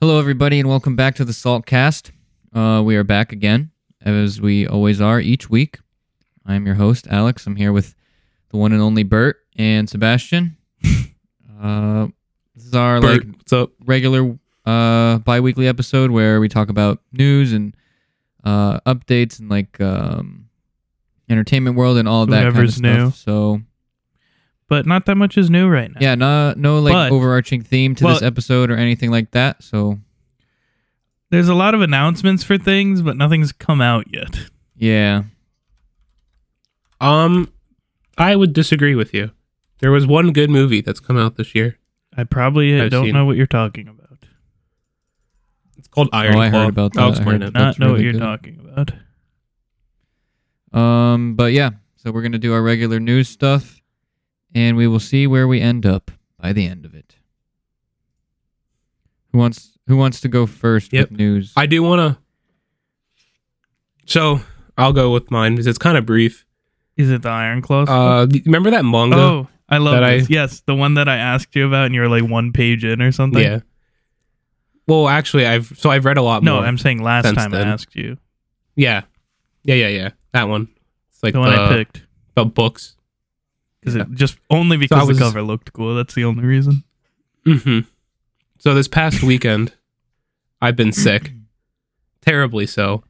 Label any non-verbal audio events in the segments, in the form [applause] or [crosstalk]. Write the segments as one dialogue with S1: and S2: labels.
S1: Hello, everybody, and welcome back to the Saltcast. Uh, we are back again, as we always are each week. I am your host, Alex. I'm here with the one and only Bert and Sebastian. [laughs] uh, this is our
S2: Bert,
S1: like
S2: what's up?
S1: regular uh, bi-weekly episode where we talk about news and uh, updates and like um, entertainment world and all that
S2: Whatever's
S1: kind of
S2: new.
S1: stuff. So
S2: But not that much is new right now.
S1: yeah, no, no like
S2: But-
S1: overarching theme to this
S2: well-
S1: episode or anything like that. So
S2: There's a lot of announcements for things, but nothing's come out yet.
S1: yeah,
S3: Um, I would disagree with you. There was one good movie that's come out this year.
S2: I probably
S3: I've
S2: don't
S3: seen
S2: know
S3: it.
S2: what you're talking about.
S3: It's called Iron
S1: Oh, I
S3: Claw.
S1: heard about that.
S3: I'll
S1: I
S3: explain
S1: heard
S3: it.
S1: about- That's
S2: not know what
S1: really
S2: you're
S1: good.
S2: talking about.
S1: Um, but yeah, so we're gonna do our regular news stuff, and we will see where we end up by the end of it. Who wants Who wants to go first
S3: Yep.
S1: with news?
S3: I do want to. So I'll go with mine because it's kind of brief.
S2: Is it the Iron Claw? stuff?
S3: Uh, th- remember that manga?
S2: oh, I love
S3: that I-
S2: this. yes, the one that I asked you about, and you were like one page in or something.
S3: yeah. Well, actually, I've so I've read a lot
S2: No,
S3: more.
S2: I'm saying last
S3: since
S2: time
S3: then.
S2: I asked you,
S3: yeah, yeah, yeah, yeah. That one. It's like
S2: the one I
S3: the-
S2: picked,
S3: the books.
S2: because it just only because
S3: was-
S2: the cover looked cool. That's the only reason.
S3: Mm-hmm. So this past weekend, I've been sick, terribly so.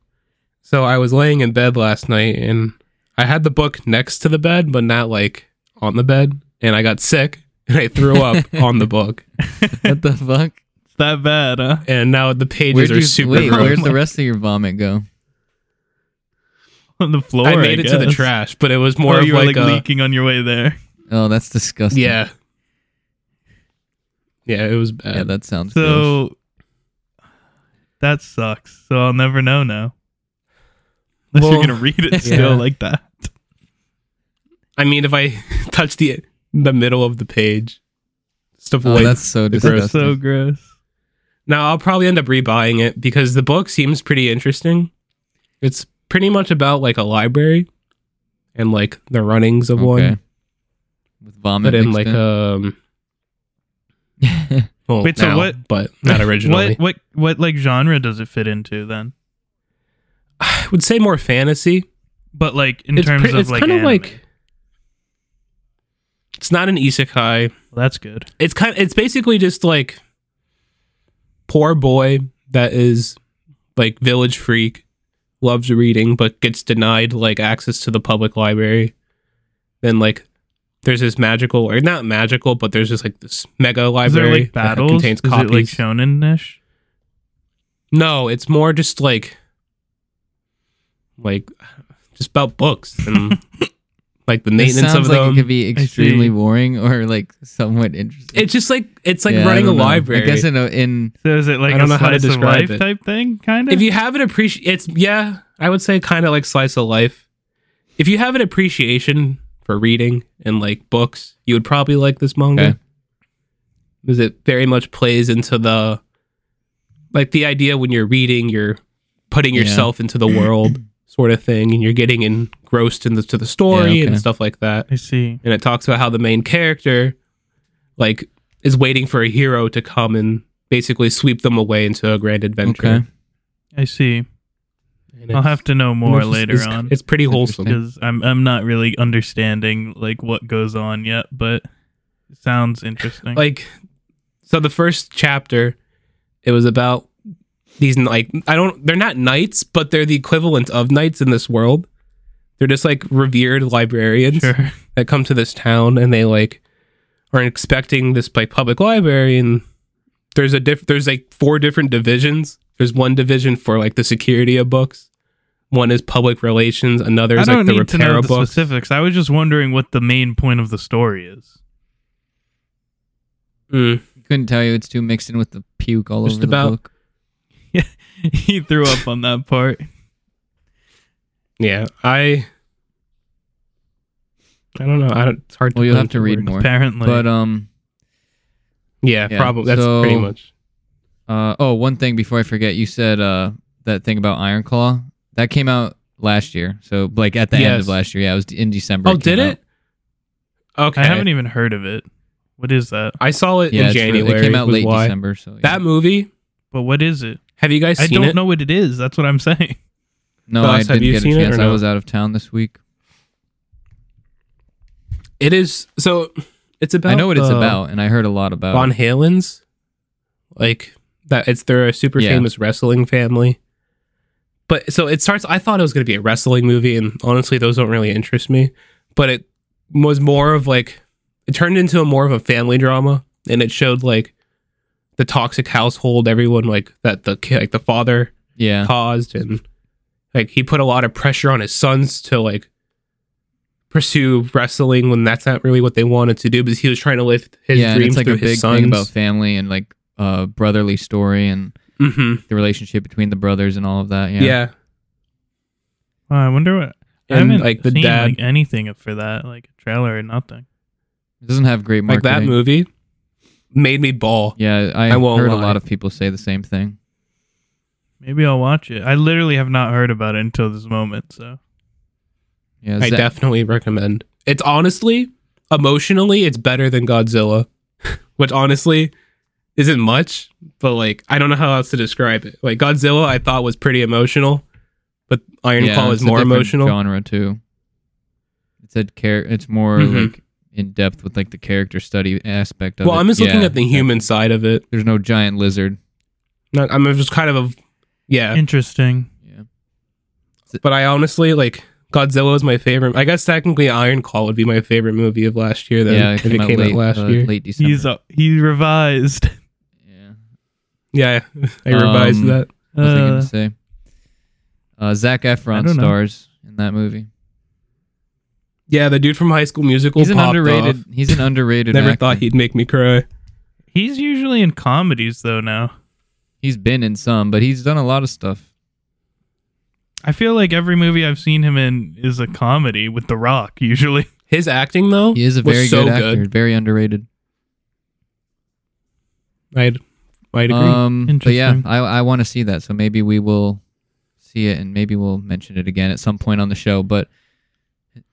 S3: So I was laying in bed last night, and I had the book next to the bed, but not like on the bed. And I got sick, and I threw up on the book.
S1: [laughs] what the fuck?
S3: [laughs]
S2: It's that bad, huh? [laughs]
S3: And now the pages
S1: Where'd
S3: are
S1: you,
S3: super
S1: wait,
S3: gross.
S1: where'd the rest of your vomit go?
S2: On the floor.
S3: I made it to the
S2: guess.
S3: trash, but it was
S2: Oh,
S3: more of
S2: you were
S3: like,
S2: like,
S3: a
S2: leaking on your way there.
S1: Oh, that's disgusting.
S3: yeah, yeah. It was
S1: yeah,
S3: bad.
S1: that sounds. gross.
S2: So that sucks. So I'll never know now. Unless
S3: Well,
S2: you're gonna read
S3: [laughs]
S2: it still
S3: yeah.
S2: like that.
S3: I mean, if I [laughs] touched the the middle of the page, just
S1: Oh,
S3: avoid
S1: that's so
S3: gross.
S1: disgusting.
S2: That's so gross.
S3: Now I'll probably end up rebuying it because the book seems pretty interesting. It's pretty much about like a library and like the runnings of
S1: Okay.
S3: one,
S1: With vomit
S3: but in
S1: mixed
S3: like
S1: in. [laughs]
S3: um, well,
S2: Wait, so
S3: now,
S2: what-
S3: But not originally.
S2: [laughs] What what what like genre does it fit into then?
S3: I would say more fantasy
S2: But like in
S3: It's
S2: terms
S3: pre-
S2: of
S3: it's
S2: like,
S3: kinda
S2: anime.
S3: like- It's not an isekai.
S2: Well, that's good.
S3: It's kind. It's basically just like poor boy that is like village freak, loves reading but gets denied like access to the public library. Then like there's this magical or not magical, but there's just like this mega
S2: Is there
S3: library
S2: like battles?
S3: that contains
S2: Is it like
S3: copies.
S2: shonen ish?
S3: no, it's more just like like just about books
S2: [laughs]
S3: and like the
S1: It
S3: maintenance
S1: sounds
S3: of
S1: like
S3: them.
S1: it could be extremely
S2: see.
S1: boring or like somewhat interesting.
S3: it's just like it's like
S1: Yeah, I
S3: running a
S1: don't know.
S3: library.
S1: I guess in a, in
S2: So is it like
S3: I don't
S2: a
S3: know how to
S2: slice of
S3: describe
S2: life
S3: it.
S2: type thing, kinda?
S3: if you have an appreciation it's yeah i would say kind of like slice of life if you have an appreciation for reading and like books you would probably like this
S1: Okay.
S3: manga because it very much plays into the like the idea when you're reading you're putting
S1: Yeah.
S3: yourself into the world
S1: [clears throat]
S3: sort of thing and you're getting engrossed into the story
S1: okay.
S3: and stuff like that
S2: I see.
S3: and it talks about how the main character like is waiting for a hero to come and basically sweep them away into a grand adventure
S1: okay,
S2: I see.
S3: And
S2: I'll
S3: it's-
S2: have to know
S3: and
S2: more
S3: it's just-
S2: later
S3: it's-
S2: on.
S3: It's pretty wholesome.
S2: because I'm I'm not really understanding like what goes on yet, but it sounds interesting.
S3: Like, so the first chapter, it was about these like I don't they're not knights, but they're the equivalent of knights in this world. They're just like revered librarians
S2: sure, [laughs]
S3: that come to this town and they like are expecting this like public library and there's a diff there's like four different divisions. There's one division for like the security of books. One is public relations. Another
S2: I
S3: is
S2: don't
S3: like the
S2: need to
S3: repair
S2: know
S3: of
S2: the
S3: books.
S2: specifics. I was just wondering what the main point of the story is. [laughs]
S3: Mm.
S1: couldn't tell you. It's too mixed in with the puke all
S3: Just
S1: over
S3: about.
S1: the book.
S2: he threw up on that part.
S3: Yeah, I. I don't know. I don't, it's hard.
S1: Well, you'll
S3: put
S1: have
S3: into
S1: to read
S3: words.
S1: more.
S2: Apparently,
S3: uh,
S1: But um,
S3: Yeah,
S1: Yeah,
S3: probably. That's
S1: so-
S3: pretty much.
S1: Uh, oh, one thing before I forget, you said uh, that thing about Iron Claw that came out last year. So like at the end of
S3: Yes.
S1: last year, yeah, it was in December.
S3: Oh,
S1: came
S3: did it? Okay,
S2: I haven't even heard of it. What is that?
S3: I saw
S1: out.
S3: it
S1: e- Yeah,
S3: in
S1: it's re-
S3: January.
S1: it came out
S3: was
S1: late
S3: why.
S1: December. So yeah.
S3: That movie
S2: But what is it?
S3: Have you guys
S2: I
S3: seen
S2: don't
S3: it?
S2: know what it is. That's what I'm [laughs] saying.
S1: No,
S3: Ross,
S1: I
S3: have
S1: didn't
S3: you
S1: get a
S3: seen it or
S1: chance. I
S3: no?
S1: was out of town this week.
S3: It is so. It's about.
S1: I know what it's
S3: uh,
S1: about, and I heard a lot about.
S3: Von
S1: it.
S3: Halen's, like that. It's they're a super
S1: Yeah.
S3: famous wrestling family. But so it starts. I thought it was going to be a wrestling movie, and honestly, those don't really interest me. But it was more of like it turned into a more of a family drama, and it showed like the toxic household, everyone like that the ki- like the father
S1: Yeah,
S3: caused, and like he put a lot of pressure on his sons to like pursue wrestling when that's not really what they wanted to do. But he was trying to live his
S1: yeah, and it's
S3: dreams
S1: like
S3: through
S1: a
S3: his
S1: big
S3: sons.
S1: thing about family and like uh, brotherly story and
S3: hmm
S1: the relationship between the brothers and all of that. Yeah,
S3: Yeah.
S2: Wow, I wonder what. I
S3: And,
S2: haven't
S3: like, the
S2: seen
S3: dad-
S2: like anything for that, like a trailer or nothing.
S1: it doesn't have great
S3: Like
S1: marketing.
S3: that movie made me ball.
S1: Yeah, I,
S3: I won't
S1: heard a
S3: lie.
S1: lot of people say the same thing.
S2: Maybe I'll watch it. I literally have not heard about it until this moment. So
S1: Yeah,
S3: I
S1: Zach-
S3: definitely recommend. It's honestly, emotionally, it's better than Godzilla, [laughs] which honestly isn't much, but like, I don't know how else to describe it. Like, Godzilla, I thought was pretty emotional, but Iron
S1: yeah,
S3: Claw is
S1: it's a
S3: more
S1: different
S3: emotional.
S1: genre too. It's a char- It's more
S3: Mhm.
S1: like in depth with like the character study aspect of
S3: Well,
S1: it.
S3: I'm just looking
S1: Yeah,
S3: at the
S1: yeah.
S3: human side of it.
S1: There's no giant lizard.
S3: Not, I'm just kind of a, yeah.
S2: interesting.
S1: Yeah,
S3: But I honestly like Godzilla is my favorite. I guess technically Iron Claw would be my favorite movie of last year. Then
S1: yeah.
S3: if it came out
S1: late,
S3: last
S1: uh,
S3: year,
S1: late December.
S2: He's uh, he revised.
S1: yeah,
S3: yeah, I revised
S1: Um,
S3: that.
S1: what was I
S2: Uh,
S1: gonna say? Uh, Zach
S2: I
S1: Efron
S2: don't know.
S1: stars in that movie.
S3: Yeah, the dude from High School Musical.
S1: He's an
S3: popped
S1: underrated.
S3: off.
S1: He's
S3: [laughs]
S1: an underrated.
S3: Never
S1: actor.
S3: thought he'd make me cry.
S2: He's usually in comedies though now.
S1: He's been in some, but he's done a lot of stuff.
S2: I feel like every movie I've seen him in is a comedy with The Rock usually.
S3: His acting though,
S1: He is a
S3: was
S1: very
S3: so
S1: good actor. Very underrated.
S3: I'd, I'd agree.
S1: Um, but yeah,
S2: Interesting.
S1: I, I want to see that. So maybe we will see it and maybe we'll mention it again at some point on the show. But
S3: It'd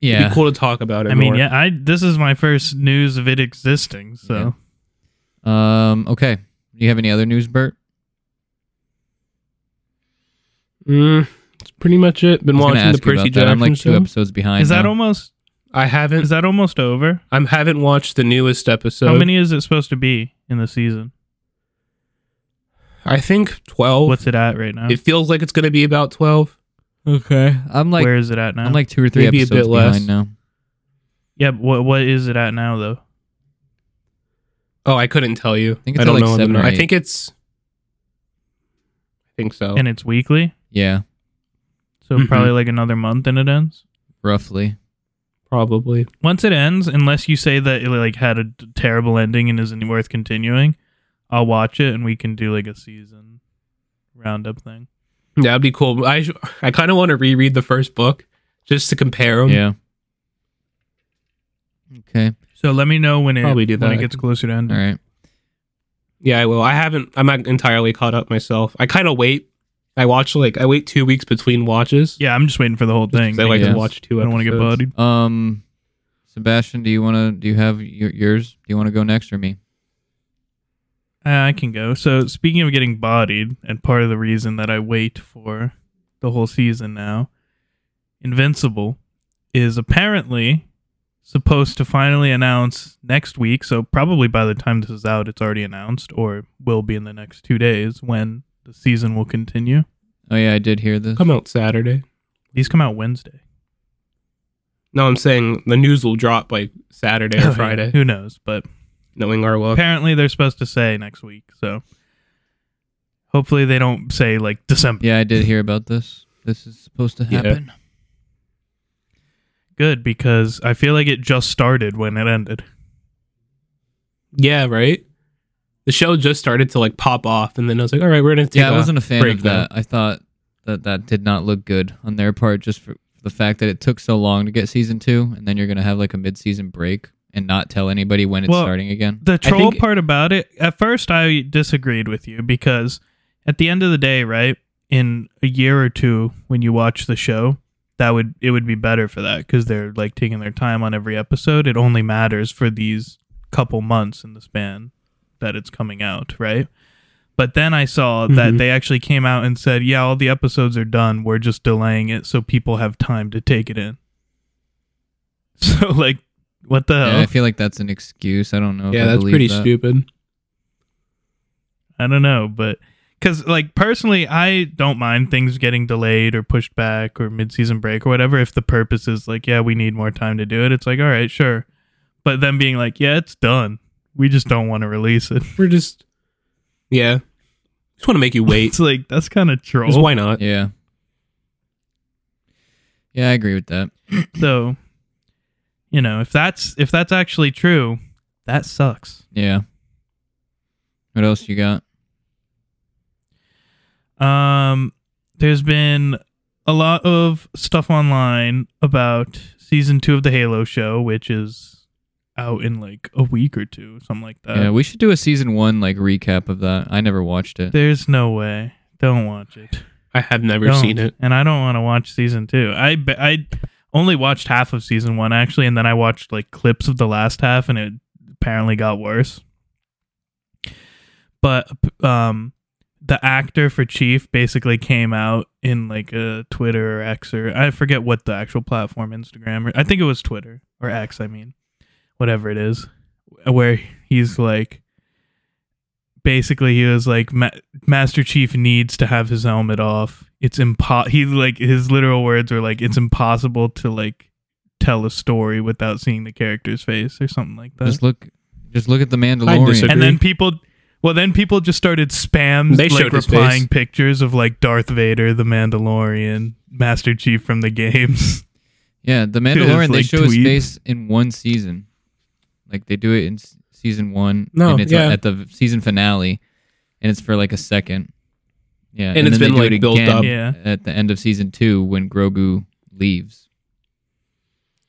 S1: yeah,
S3: be cool to talk about it.
S2: I mean,
S3: more.
S2: yeah, I this is my first news of it existing. So
S1: Yeah. um, okay. Do you have any other news, Bert?
S3: Mm, that's pretty much it. Been
S1: I was gonna
S3: watching the
S1: ask you about
S3: Percy
S1: that. I'm
S3: Jackson
S1: like two
S3: show.
S1: episodes behind.
S2: is that
S1: now.
S2: almost
S3: I haven't.
S2: is that almost over?
S3: I haven't watched the newest episode.
S2: How many is it supposed to be in the season?
S3: I think twelve.
S2: What's it at right now?
S3: it feels like it's going to be about twelve.
S1: okay? I'm like
S2: Where is it at now?
S1: I'm like two or three
S3: Maybe a
S1: episodes
S3: bit less.
S1: behind now.
S2: yeah, but what what is it at now though?
S3: Oh, I couldn't tell you. I,
S1: think it's
S3: don't
S1: like
S3: know.
S1: seven or
S3: I
S1: eight.
S3: think it's. I think so.
S2: And it's weekly,
S1: Yeah,
S2: so
S3: Mhm.
S2: probably like another month and it ends.
S1: roughly.
S3: probably.
S2: Once it ends, unless you say that it like had a d- terrible ending and isn't worth continuing, I'll watch it and we can do like a season roundup thing.
S3: Yeah, that'd be cool. I sh- I kind of want to reread the first book just to compare them.
S1: Yeah. Okay.
S2: So let me know when it
S3: Probably do
S2: when
S3: that.
S2: it gets closer to ending.
S1: All right.
S3: Yeah, I will. I haven't. I'm not entirely caught up myself. I kind of wait. I watch like I wait two weeks between watches.
S2: Yeah, I'm just waiting for the whole thing.
S3: 'cause I like
S1: yeah.
S3: to watch
S2: I
S3: two.
S2: don't want to get
S3: episodes.
S2: bodied.
S1: Um, Sebastian, do you want to? Do you have your, yours? Do you want to go next or me?
S2: Uh, I can go. So speaking of getting bodied, and part of the reason that I wait for the whole season now, Invincible is apparently supposed to finally announce next week. So probably by the time this is out, it's already announced, or will be in the next two days when the season will continue.
S1: Oh yeah, I did hear this.
S3: Come out Saturday.
S2: These come out Wednesday
S3: No, I'm saying the news will drop like Saturday
S2: [laughs]
S3: or Friday.
S2: Who knows? But
S3: Knowing our luck.
S2: apparently they're supposed to say next week. So hopefully they don't say like December.
S1: Yeah, I did hear about this. This is supposed to
S3: Yeah.
S1: happen.
S2: Good because I feel like it just started when it ended.
S3: Yeah, right. The show just started to like pop off, and then I was like, all right, we're gonna take.
S1: Yeah, I wasn't a fan
S3: break
S1: of that. I thought that that did not look good on their part, just for the fact that it took so long to get season two, and then you're gonna have like a mid-season break and not tell anybody when it's
S2: Well,
S1: starting again.
S2: The troll
S3: think-
S2: part about it, at first I disagreed with you because at the end of the day, right, in a year or two when you watch the show, that would it would be better for that cuz they're like taking their time on every episode. It only matters for these couple months in the span that it's coming out, right? But then I saw
S3: Mhm.
S2: that they actually came out and said, yeah, all the episodes are done. We're just delaying it so people have time to take it in. [laughs] So, like, what the hell?
S1: Yeah, I feel like that's an excuse. I don't know. if
S3: yeah,
S1: I
S3: that's
S1: believe
S3: pretty
S1: that.
S3: stupid.
S2: I don't know, but because like personally, I don't mind things getting delayed or pushed back or mid-season break or whatever. If the purpose is like, yeah, we need more time to do it, it's like, all right, sure. But then being like, yeah, it's done. We just don't want to release it. [laughs]
S3: We're just, yeah, just want to make you
S1: [laughs]
S3: wait.
S2: it's like that's kind of
S3: 'Cause
S2: troll.
S3: why not?
S1: Yeah. Yeah, I agree with that.
S2: So, you know, if that's if that's actually true, that sucks.
S1: Yeah. What else you got?
S2: Um, there's been a lot of stuff online about season two of the Halo show, which is out in like a week or two, something like
S3: Uh,
S2: that.
S1: yeah, we should do a season one like recap of that. I never watched it.
S2: There's no way. Don't watch it.
S3: I have never
S2: Don't.
S3: seen it.
S2: And I don't want to watch season two. I be- I only watched half of season one actually, and then I watched like clips of the last half, and it apparently got worse. But um, the actor for Chief basically came out in like a Twitter or X or I forget what the actual platform, Instagram or I think it was Twitter or X. I mean, whatever it is, where he's like. Basically, he was like, Ma- Master Chief needs to have his helmet off. It's impo he like his literal words were like it's impossible to like tell a story without seeing the character's face or something like that.
S1: Just look just look at the Mandalorian.
S3: disagree.
S2: and then people well then people just started spam
S3: They
S2: like
S3: showed his
S2: replying
S3: face.
S2: pictures of like Darth Vader, the Mandalorian, Master Chief from the [laughs] games.
S1: Yeah, the Mandalorian they
S2: like,
S1: show his
S2: tweet.
S1: face in one season. Like they do it in s- season 1
S3: No,
S1: and it's uh,
S3: yeah.
S1: at the v- season finale and it's for like a second. Yeah,
S3: And it's
S1: then they
S3: been,
S1: do
S3: like,
S1: it
S3: built
S1: again
S3: up.
S2: Yeah.
S1: at the end of season 2 when Grogu leaves.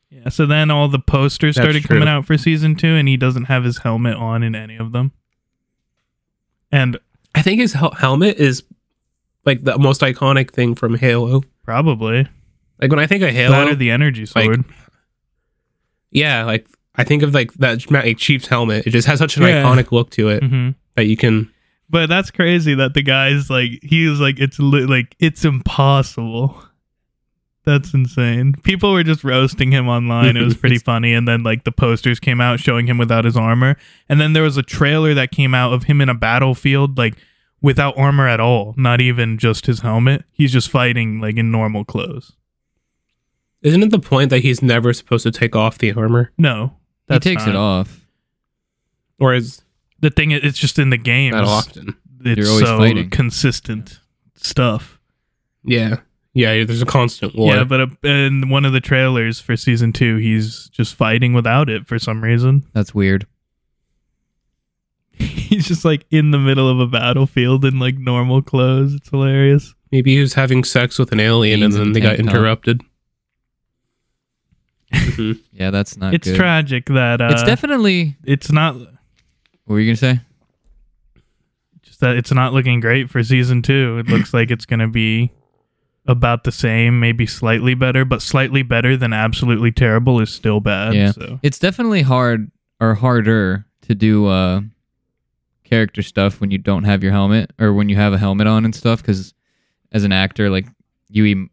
S2: Yeah, so then all the posters
S3: That's
S2: started
S3: true.
S2: coming out for season 2 and he doesn't have his helmet on in any of them. And
S3: I think his hel- helmet is like the most iconic thing from Halo.
S2: probably
S3: Like when I think of
S2: that
S3: Halo,
S2: or the energy
S3: like,
S2: sword.
S3: yeah, like I think of like that like, Chief's helmet. It just has such an
S2: Yeah.
S3: iconic look to
S1: Hmm.
S3: it
S2: mm-hmm.
S3: that you can.
S2: But that's crazy that the guy's like he was like it's li- like it's impossible. That's insane. People were just roasting him online. It
S1: [laughs]
S2: was pretty funny. And then like the posters came out showing him without his armor. And then there was a trailer that came out of him in a battlefield like without armor at all, not even just his helmet. He's just fighting like in normal clothes.
S3: Isn't it the point that he's never supposed to take off the armor,
S2: No.
S1: He
S2: That
S1: takes it off.
S3: or is
S2: The thing is it's just in the game.
S3: that often?
S2: It's
S1: You're always
S2: so
S1: fighting.
S2: consistent stuff.
S3: Yeah, yeah. There's a constant war.
S2: Yeah, but uh, in one of the trailers for season two, he's just fighting without it for some reason. [laughs]
S1: That's weird.
S2: He's just like in the middle of a battlefield in like normal clothes. It's hilarious.
S3: Maybe he was having sex with an alien and
S1: Jeans
S3: then
S1: and
S3: they got
S1: tank top. [laughs]
S3: interrupted.
S1: Yeah, that's not
S2: it's
S1: good.
S2: tragic that uh,
S1: it's definitely
S2: it's not
S1: What were you gonna say?
S2: just that it's not looking great for season two. It looks like it's gonna be about the same, maybe slightly better, but slightly better than absolutely terrible is still bad.
S1: Yeah.
S2: So
S1: It's definitely hard or harder to do uh, character stuff when you don't have your helmet or when you have a helmet on and stuff. Because as an actor, like you, em-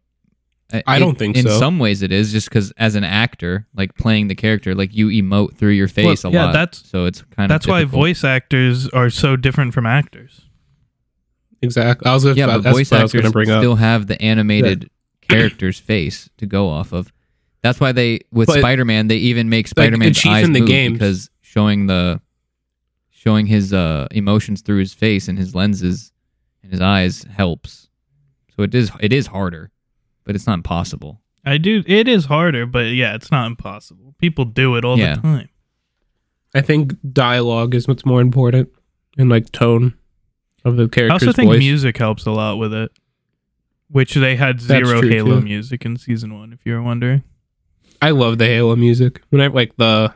S3: I
S1: it-
S3: don't think
S1: in
S3: so.
S1: some ways it is just because as an actor, like playing the character, like you emote through your face a
S2: yeah,
S1: lot.
S2: that's-
S1: so it's kind
S2: that's
S1: of
S2: why voice actors are so different from actors.
S3: Exactly. I was
S1: Yeah, but
S3: that's
S1: voice
S3: what I was
S1: actors
S3: going to bring up.
S1: still have the animated character's face to go off of. That's why they with
S3: But-
S1: Spider-Man they even make Spider-Man's
S3: Chief
S1: eyes
S3: in the
S1: move
S3: games-
S1: because showing the showing his uh, emotions through his face and his lenses and his eyes helps. So it is it is harder, but it's not impossible.
S2: I do. It is harder, but yeah, it's not impossible. People do it all
S1: Yeah.
S2: the time.
S3: I think dialogue is what's more important and like tone of the
S2: I
S3: character's
S2: also think
S3: voice.
S2: music helps a lot with it, which they had
S3: That's
S2: zero
S3: true,
S2: Halo
S3: too.
S2: music in season one. If you were wondering,
S3: I love the Halo music. When I like the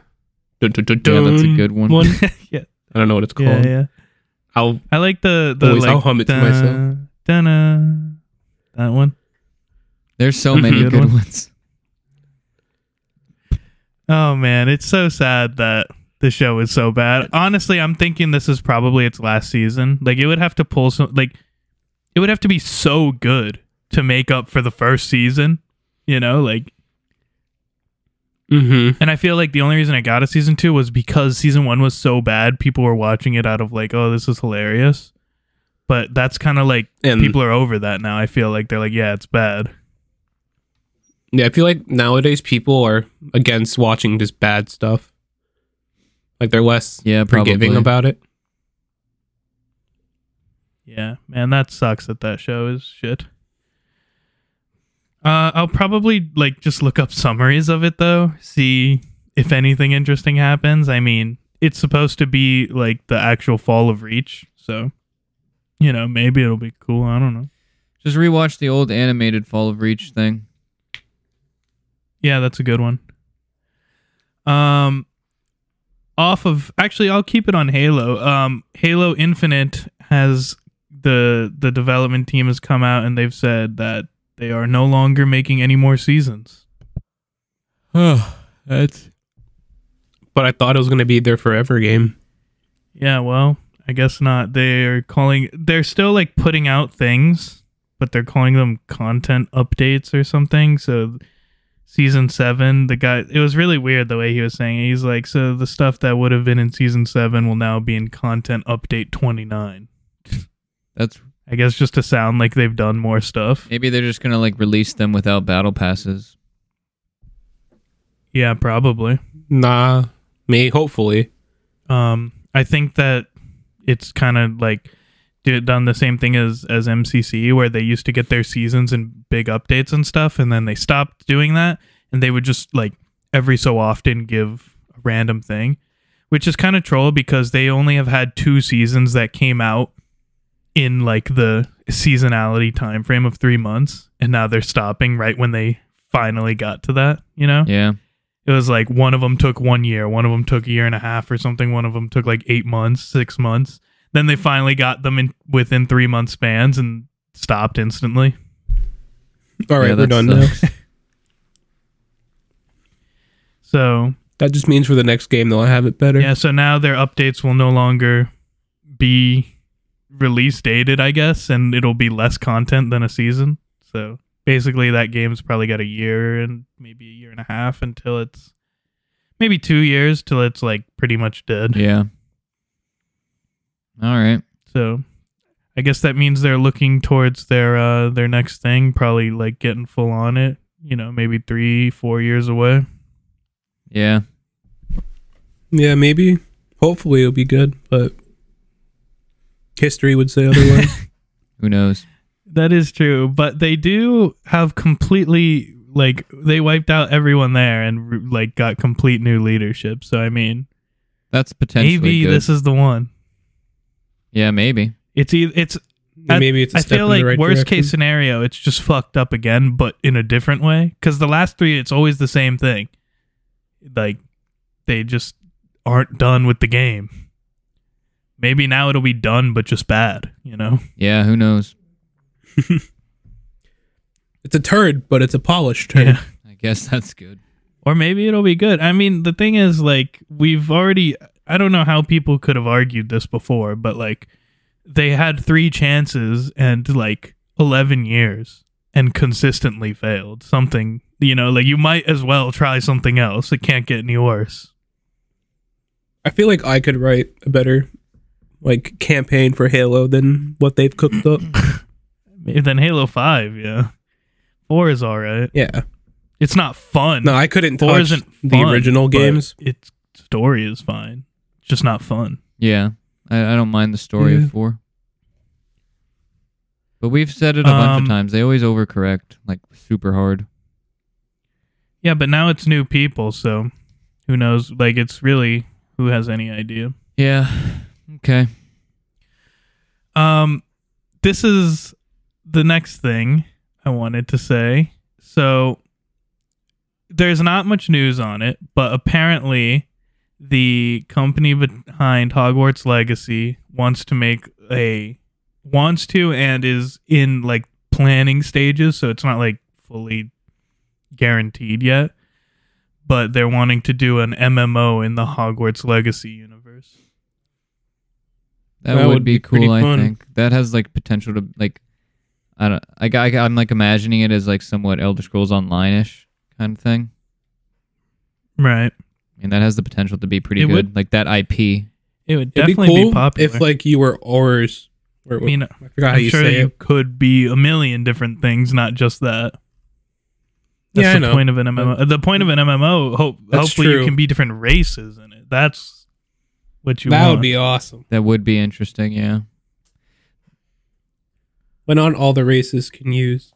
S3: dun, dun, dun,
S1: Yeah, that's a
S3: dun
S1: good one.
S2: yeah,
S3: I don't know what it's called.
S2: yeah, yeah.
S3: I'll
S2: I like the the
S3: Always,
S2: like,
S3: I'll hum it to myself.
S2: dun-na, that one.
S1: There's
S3: [laughs]
S1: so many
S2: Good
S1: good
S2: one.
S1: ones.
S2: Oh man, it's so sad that the show is so bad. Honestly, I'm thinking this is probably its last season. Like it would have to pull some like it would have to be so good to make up for the first season, you know, like
S3: Mm-hmm.
S2: and I feel like the only reason I got a season 2 was because season 1 was so bad, people were watching it out of like, oh, this is hilarious. But that's kind of like
S3: And
S2: people are over that now. I feel like they're like, yeah, it's bad.
S3: yeah, I feel like nowadays people are against watching just bad stuff. Like they're less
S1: Yeah, probably.
S3: forgiving about it.
S2: Yeah, man, that sucks that that show is shit. Uh, I'll probably like just look up summaries of it though, see if anything interesting happens. I mean, it's supposed to be like the actual fall of Reach, so you know maybe it'll be cool. I don't know.
S1: Just rewatch the old animated Fall of Reach thing.
S2: Yeah, that's a good one. Um, off of actually, I'll keep it on Halo. Um, Halo Infinite has the the development team has come out and they've said that they are no longer making any more seasons.
S1: That's
S3: But I thought it was going to be their forever game.
S2: Yeah, well, I guess not. They're calling. They're still like putting out things, but they're calling them content updates or something. So, season seven, the guy. It was really weird the way he was saying. It. He's like, so the stuff that would have been in season seven will now be in content update twenty nine.
S1: that's
S2: I guess just to sound like they've done more stuff.
S1: maybe they're just gonna like release them without battle passes.
S2: Yeah, probably.
S3: Nah, me hopefully.
S2: Um, I think that it's kind of like do- done the same thing as as MCC, where they used to get their seasons and big updates and stuff, and then they stopped doing that, and they would just like every so often give a random thing, which is kind of troll because they only have had two seasons that came out in like the seasonality time frame of three months, and now they're stopping right when they finally got to that, you know?
S1: Yeah,
S2: it was like one of them took one year, one of them took a year and a half or something, one of them took like eight months, six months. Then they finally got them in within three month spans and stopped instantly.
S3: All right,
S1: yeah,
S3: we're
S1: that
S3: done now.
S1: sucks.
S2: So
S3: That just means for the next game they'll have it better.
S2: yeah, so now their updates will no longer be release dated, I guess, and it'll be less content than a season. So basically, that game's probably got a year and maybe a year and a half until it's maybe two years till it's like pretty much dead.
S1: yeah. All right.
S2: So I guess that means they're looking towards their uh their next thing, probably like getting full on it, you know, maybe 3 4 years away.
S1: Yeah.
S3: Yeah, maybe. Hopefully it'll be good, but history would say
S2: [laughs]
S3: otherwise.
S1: Who knows?
S2: That is true, but they do have completely like they wiped out everyone there and like got complete new leadership. So I mean,
S1: That's potentially
S2: maybe
S1: good.
S2: this is the one.
S1: yeah, maybe.
S2: It's either, it's
S3: And maybe it's a
S2: I
S3: step
S2: feel
S3: in
S2: like
S3: the right
S2: worst
S3: direction.
S2: case scenario, it's just fucked up again, but in a different way. Because the last three, it's always the same thing. Like they just aren't done with the game. Maybe now it'll be done, but just bad. You know?
S1: Yeah, who knows?
S3: It's a turd, but it's a polished turd.
S2: Yeah.
S1: I guess [laughs] that's good.
S2: Or maybe it'll be good. I mean, the thing is, like we've already. I don't know how people could have argued this before, but like they had three chances and like 11 years and consistently failed something you know like you might as well try something else it can't get any worse
S3: I feel like I could write a better like campaign for Halo than what they've cooked
S2: [clears throat]
S3: up.
S2: then halo 5 yeah 4 is all right
S3: yeah.
S2: it's not fun
S3: No, I couldn't
S2: 4
S3: touch
S2: isn't
S3: the
S2: fun,
S3: original
S2: but
S3: games.
S2: its story is fine it's just not fun
S1: Yeah, I, I don't mind the story
S3: Yeah.
S1: of four. But we've said it a bunch
S2: Um,
S1: of times. They always overcorrect, like super hard.
S2: yeah but now it's new people so who knows like it's really who has any idea
S1: Yeah. Okay.
S2: Um, this is the next thing I wanted to say. So there's not much news on it, but apparently the company behind Hogwarts Legacy wants to make a wants to and is in like planning stages, so it's not like fully guaranteed yet. but they're wanting to do an MMO in the Hogwarts Legacy universe.
S1: That,
S3: That
S1: would,
S3: would
S1: be,
S3: be pretty
S1: cool. I
S3: fun.
S1: think that has like potential to like. I don't. I, I I'm like imagining it as like somewhat Elder Scrolls Online ish kind of thing.
S2: Right.
S1: I mean, that has the potential to be pretty
S2: It
S1: good.
S2: would-
S1: Like that IP.
S2: It would
S3: It'd
S2: definitely
S3: be
S2: be,
S3: cool
S2: popular.
S3: if like you were Aurors. Or,
S2: I mean,
S3: I forgot how
S2: I'm
S3: you
S2: sure
S3: say
S2: you
S3: it.
S2: could be a million different things, not just that. That's
S3: Yeah, I
S2: the
S3: know.
S2: point of an MMO. The point of an MMO, hope,
S3: That's
S2: hopefully
S3: true.
S2: you can be different races in it. That's what you
S3: That
S2: want.
S3: would be awesome.
S1: That would be interesting. Yeah.
S3: But not all the races can use.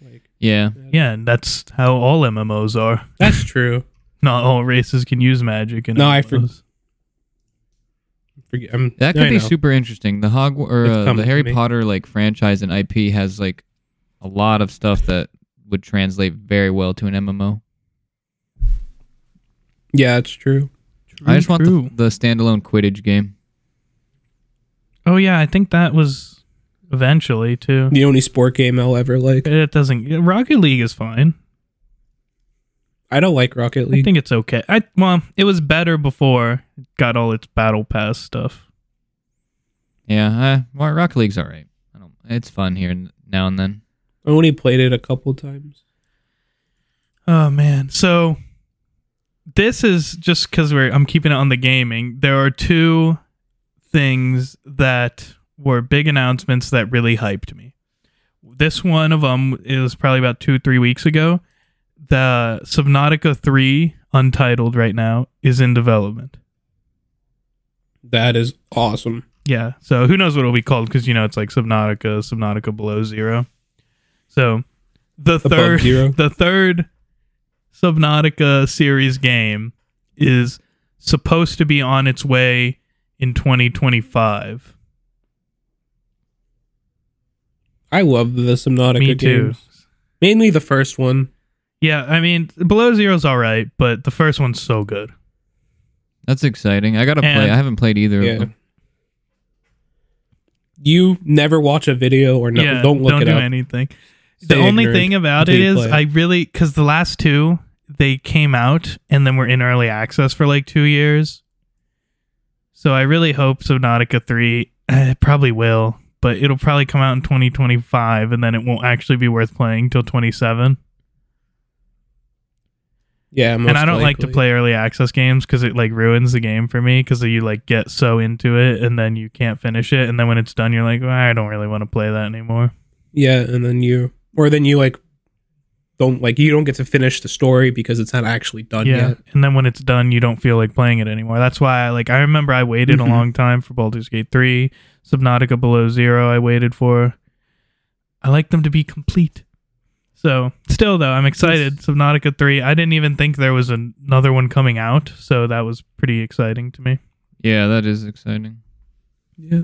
S3: Like
S1: Yeah.
S2: yeah, and that's how all MMOs are.
S3: that's true.
S2: Not all races can use magic. In
S3: No, I
S2: MMOs.
S3: for- Forget, I'm,
S1: That could
S3: I
S1: be
S3: know.
S1: super interesting. The Hog or
S3: It's
S1: uh, the
S3: coming to
S1: Harry
S3: me.
S1: Potter like franchise and IP has like a lot of stuff that would translate very well to an MMO.
S3: Yeah, it's true.
S1: I just want
S2: True.
S1: the, the standalone Quidditch game.
S2: Oh yeah, I think that was eventually too.
S3: The only sport game I'll ever like.
S2: It doesn't. Rocket League is fine.
S3: I don't like Rocket
S2: I
S3: League.
S2: think it's okay. I well, it was better before it got all its battle pass stuff.
S1: Yeah, uh, well, Rocket League's all right. I don't, it's fun here and now and then.
S3: I only played it a couple times.
S2: Oh man. So this is just because we're I'm keeping it on the gaming. There are two things that were big announcements that really hyped me. This one of them is probably about two three weeks ago. The Subnautica 3 Untitled right now is in development.
S3: That is awesome.
S2: Yeah. So who knows what it'll be called because you know it's like Subnautica, Subnautica Below Zero. So the
S3: Above
S2: third,
S3: Zero.
S2: the third Subnautica series game is supposed to be on its way in 2025.
S3: I love the Subnautica
S2: Me too.
S3: games. Mainly the first one.
S2: Yeah, I mean Below Zero's all right, but the first one's so good.
S1: That's exciting. I gotta play.
S2: And-
S1: I haven't played either
S3: Yeah.
S1: of them.
S3: You never watch a video or no,
S2: yeah,
S3: don't look it
S2: do
S3: up.
S2: anything.
S3: Stay
S2: the only
S3: ignorant
S2: thing about it
S3: until you
S2: is
S3: play.
S2: I really because the last two they came out and then were in early access for like two years. So I really hope Subnautica three eh, it probably will, but it'll probably come out in 2025 and then it won't actually be worth playing till 27.
S3: yeah, most
S2: and I don't like to
S3: likely.
S2: play early access games because it like ruins the game for me because you like get so into it and then you can't finish it and then when it's done you're like well, I don't really want to play that anymore.
S3: Yeah, and then you or then you like don't like you don't get to finish the story because it's not actually done
S2: yeah.
S3: yet.
S2: And then when it's done, you don't feel like playing it anymore. That's why I like I remember I waited
S3: Mhm.
S2: a long time for Baldur's Gate 3, Subnautica Below 0 I waited for. I like them to be complete. So, still though, I'm excited. Subnautica 3. I didn't even think there was an- another one coming out, so that was pretty exciting to me.
S1: Yeah, that is exciting.
S3: Yeah.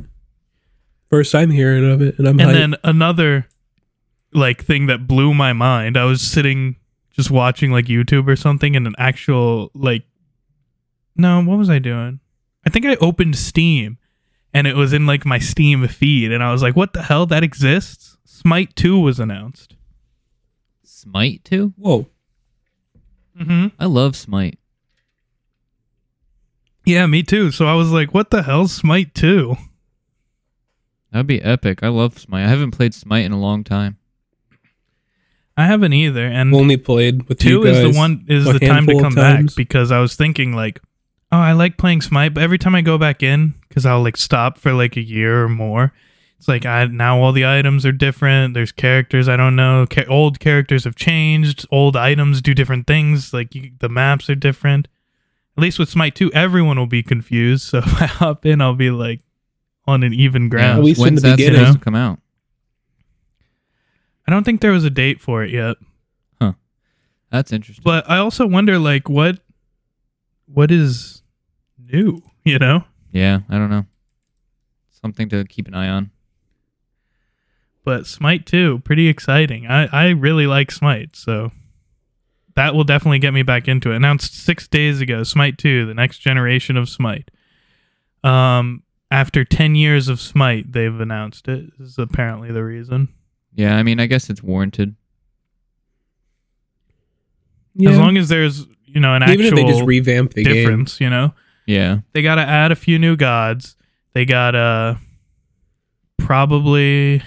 S3: First time hearing of it and I'm
S2: And
S3: hyped.
S2: then another like thing that blew my mind. I was sitting just watching like YouTube or something and an actual like No, what was I doing? I think I opened Steam and it was in like my Steam feed and I was like, "What the hell that exists?" Smite 2 was announced.
S1: Smite too.
S3: Whoa.
S2: Mhm.
S1: I love Smite.
S2: Yeah, me too. So I was like, "What the hell Smite 2?"
S1: That'd be epic. I love Smite. I haven't played Smite in a long time.
S2: I haven't either and
S3: I've only played with
S2: two
S3: you
S2: is the
S3: guys.
S2: one is
S3: a
S2: the time to
S3: handful of
S2: come back
S3: times.
S2: because I was thinking like, oh, I like playing Smite, but every time I go back in, because I'll like stop for like a year or more. It's like I now all the items are different. There's characters I don't know. Ca- old characters have changed. Old items do different things. Like you, the maps are different. At least with Smite 2, everyone will be confused. [laughs] So if I hop in, I'll be like on an even
S1: Yeah.
S2: ground.
S3: At least in
S1: When's
S3: the
S1: that
S3: beginning.
S1: supposed to come out?
S2: I don't think there was a date for it yet.
S1: That's interesting.
S2: But I also wonder like what what is new, you know?
S1: yeah, I don't know. Something to keep an eye on.
S2: But Smite 2, pretty exciting. I, I really like Smite, so that will definitely get me back into it. Announced six days ago, Smite 2, the next generation of Smite. Um after ten years of Smite, they've announced it is apparently the reason.
S1: Yeah, I mean, I guess it's warranted.
S3: Yeah.
S2: As long as there's you know, an
S3: Even if
S2: actual
S3: they just revamp the game,
S2: difference, you know?
S1: Yeah.
S2: They got to add a few new gods. They got to probably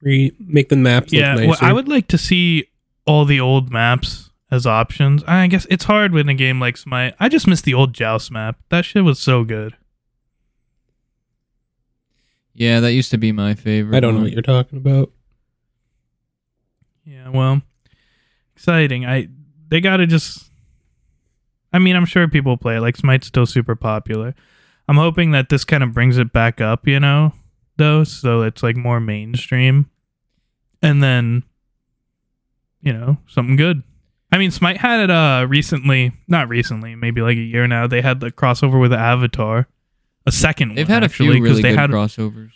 S3: re- make the maps
S2: yeah,
S3: look
S2: well,
S3: nicer.
S2: I would like to see all the old maps as options. I guess it's hard when a game like Smite. I just miss the old Joust map. That shit was so good.
S1: Yeah, that used to be my favorite.
S3: I don't know
S1: one.
S3: what you're talking about.
S2: Yeah, well, exciting. I they got to just. I mean, I'm sure people play it. Like Smite's still super popular. I'm hoping that this kind of brings it back up, you know, though, so it's like more mainstream, and then, you know, something good. I mean, Smite had it uh recently, not recently, maybe like a year now. They had the crossover with Avatar, a 2nd
S1: They've
S2: one
S1: had a
S2: actually
S1: few
S2: 'cause
S1: really
S2: they
S1: good
S2: had
S1: crossovers.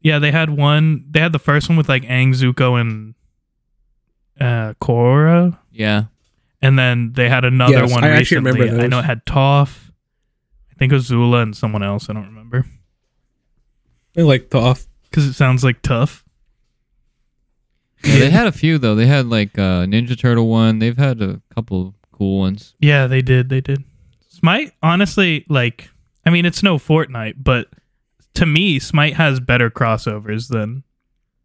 S2: yeah, they had one. They had the first one with like Aang, Zuko, and uh, Korra,
S1: Yeah.
S2: and then they had another
S3: Yes,
S2: one.
S3: I actually
S2: recently.
S3: remember
S2: I know
S3: those.
S2: it had Toph. I think it was Zula and someone else. I don't remember
S3: I like Toph.
S2: because it sounds like tough.
S1: Yeah, they had a few though. They had like uh, Ninja Turtle one. They've had a couple cool ones.
S2: Yeah, they did. They did. Smite, honestly, like, I mean, it's no Fortnite, but to me, Smite has better crossovers than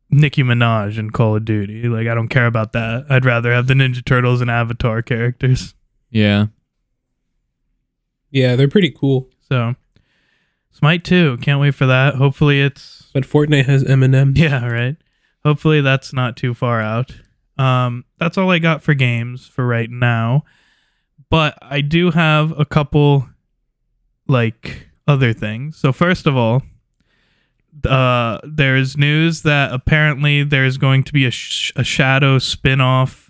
S2: Nicki Minaj and Call of Duty. Like, I don't care about that. I'd rather have the Ninja Turtles and Avatar characters.
S1: Yeah.
S3: Yeah, they're pretty cool.
S2: So Smite 2, can't wait for that. Hopefully it's
S3: But Fortnite has Eminem.
S2: [laughs] yeah, right. Hopefully that's not too far out. Um that's all I got for games for right now. But I do have a couple like other things. So first of all, uh there's news that apparently there's going to be a, sh- a shadow spin-off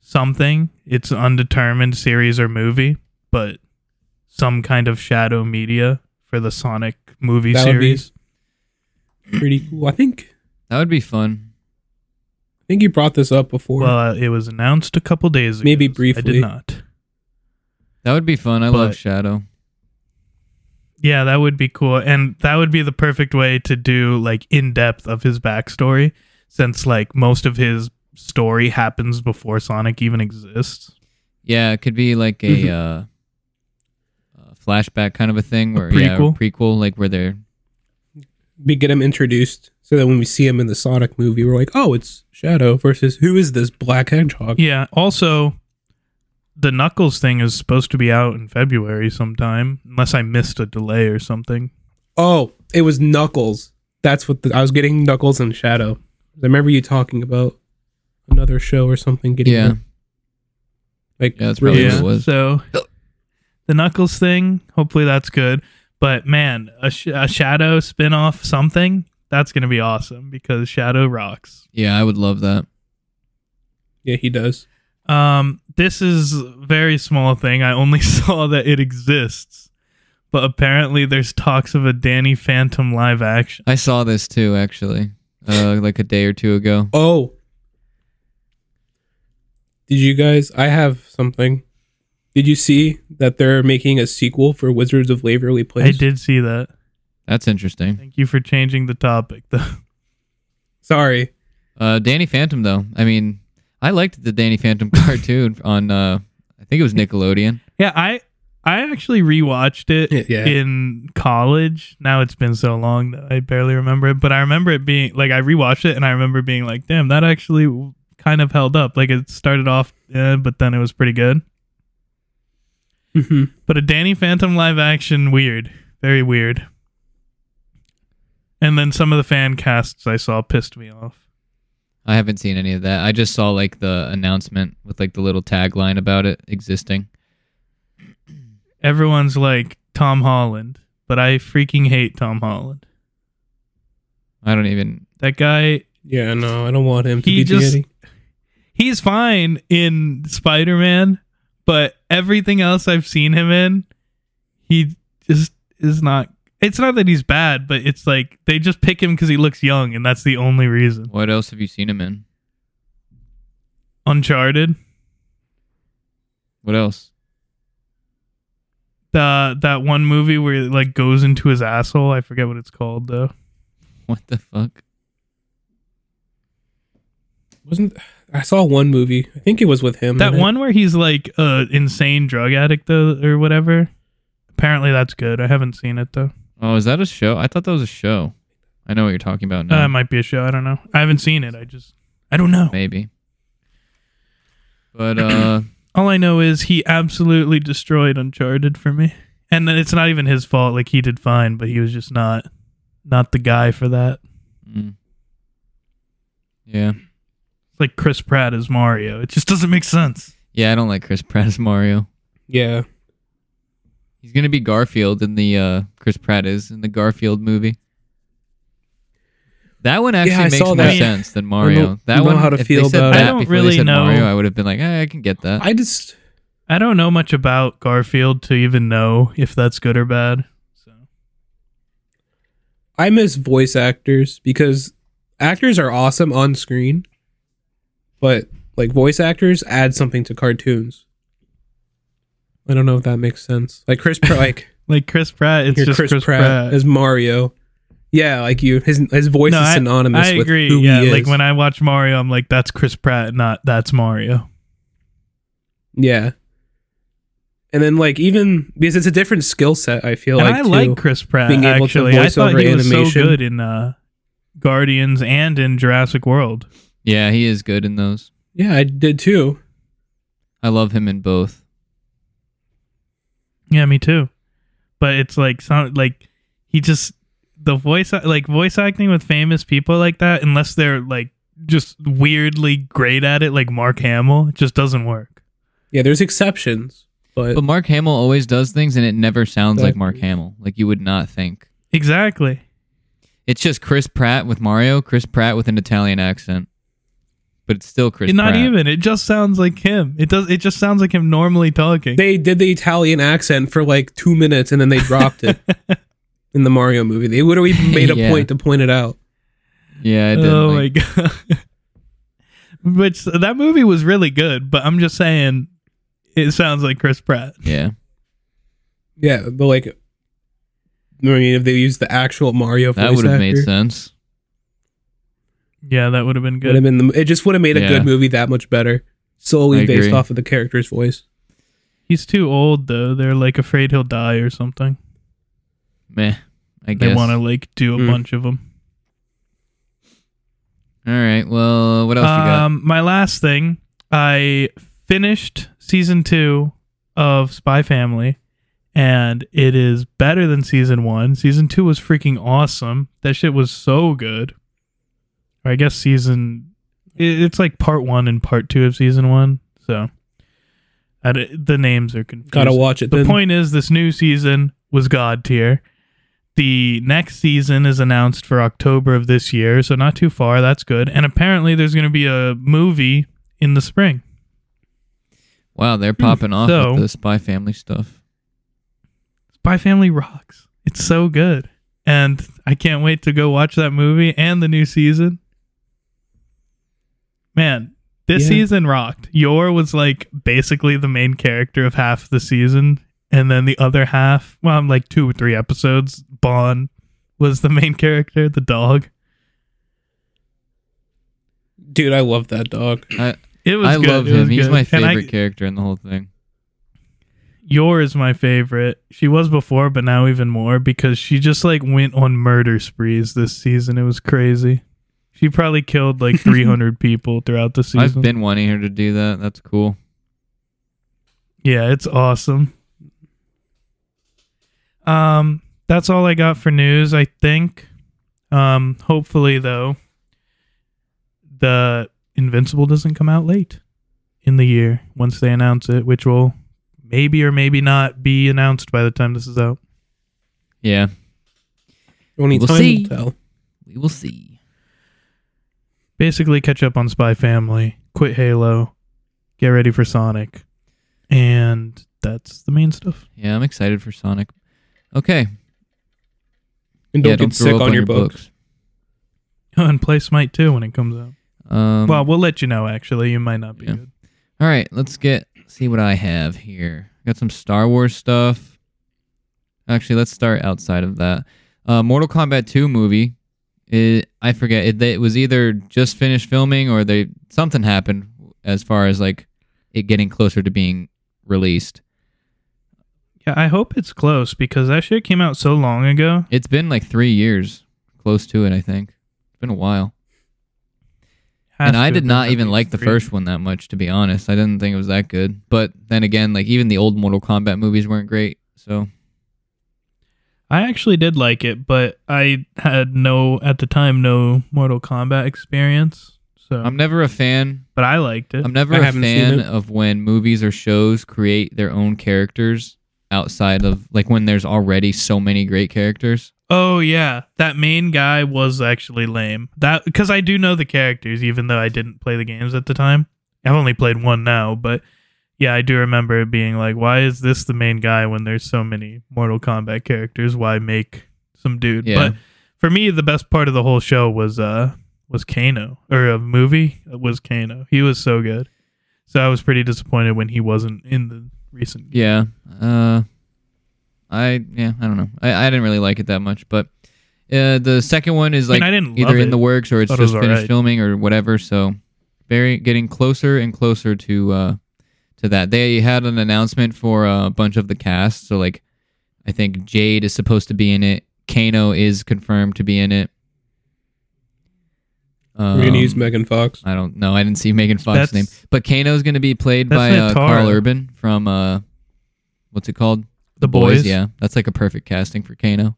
S2: something. It's an undetermined series or movie, but some kind of shadow media for the Sonic movie
S3: That would be-
S2: series.
S3: Pretty cool. I think
S1: That would be fun.
S3: I think you brought this up before.
S2: Well, uh, it was announced a couple days ago.
S3: Maybe
S2: so I
S3: briefly.
S2: did not.
S1: That would be fun. I
S2: But-
S1: love Shadow.
S2: Yeah, that would be cool. And that would be the perfect way to do like in depth of his backstory since like most of his story happens before Sonic even exists.
S1: Yeah, it could be like a
S3: [laughs] Mhm.
S1: uh, uh, flashback kind of a thing where yeah,
S2: prequel?
S1: prequel like where they're
S3: we get him introduced so that when we see him in the Sonic movie, we're like, oh, it's Shadow versus who is this black hedgehog?
S2: Yeah, also the Knuckles thing is supposed to be out in February sometime unless I missed a delay or something.
S3: Oh, it was Knuckles. That's what the, I was getting Knuckles and Shadow. I remember you talking about another show or something getting
S1: Yeah.
S3: them. like
S1: Yeah, that's probably
S3: released.
S1: what it was.
S2: So the Knuckles thing, hopefully that's good. But man, a, sh- a Shadow spin-off something, that's going to be awesome because Shadow rocks.
S1: yeah, I would love that.
S3: Yeah, he does.
S2: Um this is a very small thing. I only [laughs] saw that it exists. But apparently there's talks of a Danny Phantom live action.
S1: I saw this too actually. Uh, like a day or two ago.
S3: Oh, did you guys? I have something. Did you see that they're making a sequel for Wizards of Waverly Place?
S2: I did see that.
S1: That's interesting.
S2: Thank you for changing the topic though.
S3: Sorry,
S1: Uh, Danny Phantom though. I mean, I liked the Danny Phantom [laughs] cartoon on uh, I think it was Nickelodeon.
S2: Yeah, I I actually rewatched it
S3: Yeah.
S2: in college. Now it's been so long that I barely remember it, but I remember it being like I rewatched it and I remember being like, "Damn, that actually w- kind of held up." Like it started off, eh, but then it was pretty good.
S3: hmm
S2: But a Danny Phantom live action, weird, very weird. And then some of the fan casts I saw pissed me off.
S1: I haven't seen any of that. I just saw like the announcement with like the little tagline about it existing.
S2: Everyone's like Tom Holland, but I freaking hate Tom Holland.
S1: I don't even.
S2: That guy
S3: yeah, no, I don't want him to
S2: He
S3: be
S2: just-
S3: Danny.
S2: he's fine in Spider Man, but everything else I've seen him in, he just is not. It's not that he's bad, but it's like they just pick him because he looks young, and that's the only reason.
S1: What else have you seen him in?
S2: Uncharted,
S1: What else? [laughs]
S2: the that one movie where it like goes into his asshole. I forget what it's called though.
S1: What the fuck?
S3: Wasn't I saw one movie? I think it was with him.
S2: That
S3: in it.
S2: one where he's like a insane drug addict though, or whatever. Apparently that's good. I haven't seen it though.
S1: Oh, is that a show? I thought that was a show. I know what you're talking about
S2: Uh,
S1: now.
S2: it might be a show. I don't know. I haven't seen it. I just I don't know.
S1: Maybe. But uh [clears throat]
S2: All I know is he absolutely destroyed Uncharted for me, and then it's not even his fault. Like he did fine, but he was just not not the guy for that.
S1: mm. Yeah.
S2: It's like Chris Pratt as Mario. It just doesn't make sense.
S1: Yeah, I don't like Chris Pratt as Mario.
S3: Yeah.
S1: He's gonna be Garfield in the uh Chris Pratt is in the Garfield movie. That one actually
S3: I
S1: makes
S3: saw
S1: more
S3: that.
S1: sense than
S3: I
S1: Mario.
S3: don't
S1: that
S3: know
S1: one,
S3: how to
S1: if
S3: feel
S1: they said
S3: about it.
S1: that
S2: I don't
S1: before they
S2: really
S1: said
S2: know.
S1: Mario, I would have been like, eh, I can get that.
S3: I just
S2: I don't know much about Garfield to even know if that's good or bad. So
S3: I miss voice actors because actors are awesome on screen, but like voice actors add something to cartoons. I don't know if that makes sense. Like Chris, Pratt, like
S2: like Chris Pratt, [laughs] it's
S3: your
S2: just
S3: Chris, Pratt, as Mario. Yeah, like you, his his voice
S2: No,
S3: is
S2: I-
S3: synonymous
S2: I
S3: with
S2: agree.
S3: who
S2: yeah,
S3: he is.
S2: like when I watch Mario, I'm like, that's Chris Pratt, not that's Mario.
S3: yeah, and then like even because it's a different skill set. I feel
S2: and
S3: like
S2: I
S3: too.
S2: like Chris Pratt.
S3: being able to
S2: actually, I
S3: voice
S2: thought
S3: over
S2: he was so
S3: animation.
S2: good in uh, Guardians and in Jurassic World.
S1: yeah, he is good in those.
S3: yeah, I did too.
S1: I love him in both.
S2: Yeah, me too. But it's like some like he just the voice like voice acting with famous people like that, unless they're like just weirdly great at it, like Mark Hamill, it just doesn't work.
S3: Yeah, there's exceptions, but,
S1: But Mark Hamill always does things and it never sounds like
S3: Exactly.
S1: Mark Hamill. Like you would not think.
S2: Exactly.
S1: It's just Chris Pratt with Mario, Chris Pratt with an Italian accent. But it's still Chris
S2: Not
S1: Pratt.
S2: even. It just sounds like him. It does. It just sounds like him normally talking.
S3: they did the Italian accent for like two minutes and then they
S1: [laughs]
S3: dropped it in the Mario movie. They literally made a
S1: Yeah.
S3: point to point it out.
S1: Yeah, I did.
S2: oh
S1: like,
S2: my [laughs] god! Which that movie was really good, but I'm just saying, it sounds like Chris Pratt.
S1: yeah.
S3: Yeah, but like, I mean, if they used the actual Mario
S1: That
S3: voice
S1: would have
S3: actor,
S1: made sense.
S2: Yeah, that would have been
S3: would
S2: good.
S3: have been the, it just would have made a
S1: Yeah.
S3: good movie that much better solely
S1: I
S3: based
S1: agree.
S3: off of the character's voice.
S2: He's too old though. They're like afraid he'll die or something.
S1: Meh. I guess.
S2: They want to like do a
S1: Mm.
S3: Hmm.
S2: bunch of them.
S1: All right. Well, what else you got?
S2: Um, my last thing, I finished season two of Spy Family, and it is better than season one. Season two was freaking awesome. That shit was so good. Or I guess season, it- it's like part one and part two of season one. So, I d- the names are confusing.
S3: Gotta watch it.
S2: The
S3: then.
S2: point is, this new season was god tier. The next season is announced for October of this year, so not too far. That's good. And apparently, there's going to be a movie in the spring.
S1: Wow, they're popping off
S2: So-
S1: with the Spy Family stuff.
S2: Spy Family rocks. It's so good, and I can't wait to go watch that movie and the new season. Man, this
S3: Yeah.
S2: season rocked. Yor was like basically the main character of half the season, and then the other half, well, I'm like two or three episodes. Bon was the main character, the dog.
S3: Dude, I love that dog.
S1: I,
S2: It was.
S1: I
S2: good.
S1: love
S2: It was
S1: him. He's
S2: good.
S1: my
S2: And I-
S1: favorite character in the whole thing.
S2: Yor is my favorite. She was before, but now even more because she just like went on murder sprees this season. It was crazy. She probably
S1: [laughs]
S2: killed like 300 people throughout the season.
S1: I've been wanting her to do that. That's cool.
S2: yeah, it's awesome. Um, that's all I got for news, I think. Um, hopefully though, the Invincible doesn't come out late in the year once they announce it, which will maybe or maybe not be announced by the time this is out.
S1: Yeah,
S3: Only
S1: We'll
S3: time
S1: see.
S3: will tell.
S1: we will see.
S2: basically catch up on Spy Family, quit Halo, get ready for Sonic, and that's the main stuff. [laughs]
S1: Yeah, I'm excited for Sonic. Okay.
S3: And don't
S1: yeah,
S3: get sick
S1: up
S3: on, your books.
S2: and play Smite too when it comes out.
S1: Um,
S2: well, we'll let you know. Actually, you might not be
S1: Yeah.
S2: good.
S1: all right. Let's get see what I have here. Got some Star Wars stuff. Actually, let's start outside of that. Uh, Mortal Kombat 2 movie It, I forget. It, they- it was either just finished filming or they something happened as far as like it getting closer to being released.
S2: Yeah, I hope it's close because that shit came out so long ago.
S1: It's been like three years, close to it. I think it's been a while.
S2: Has
S1: and
S2: to
S1: I
S2: have
S1: did
S2: been
S1: not
S2: at
S1: even
S2: least
S1: like the
S2: three.
S1: first one that much, to be honest. I didn't think it was that good. But then again, like even the old Mortal Kombat movies weren't great. So
S2: I actually did like it, but I had no at the time no Mortal Kombat experience. So,
S1: I'm never a fan.
S2: but I liked it.
S1: I'm never
S3: I
S1: a
S3: haven't seen
S1: fan
S3: it.
S1: of when movies or shows create their own characters outside of like when there's already so many great characters.
S2: oh yeah, that main guy was actually lame. That because I do know the characters, even though I didn't play the games at the time. I've only played one now, but yeah, I do remember it being like, why is this the main guy when there's so many Mortal Kombat characters? Why make some dude?
S1: Yeah.
S2: But for me, the best part of the whole show was uh was Kano or a movie was Kano. He was so good. So I was pretty disappointed when he wasn't in the recent.
S1: Yeah. Uh, I yeah I don't know. I, I didn't really like it that much, but uh, the second one is
S2: I mean,
S1: like
S2: I didn't
S1: either
S2: love
S1: in
S2: it.
S1: the works or it's
S2: Thought it was
S1: just finished
S2: alright.
S1: filming or whatever. So very getting closer and closer to uh, to that. They had an announcement for a bunch of the cast. So like I think Jade is supposed to be in it. Kano is confirmed to be in it. Um,
S3: We're gonna use Megan Fox.
S1: I don't know. I didn't see Megan Fox's
S2: That's-
S1: name. But Kano's going to be played
S2: That's
S1: by uh,
S2: Natara.
S1: Carl Urban from uh, what's it called?
S2: The Boys.
S1: Yeah, that's like a perfect casting for Kano.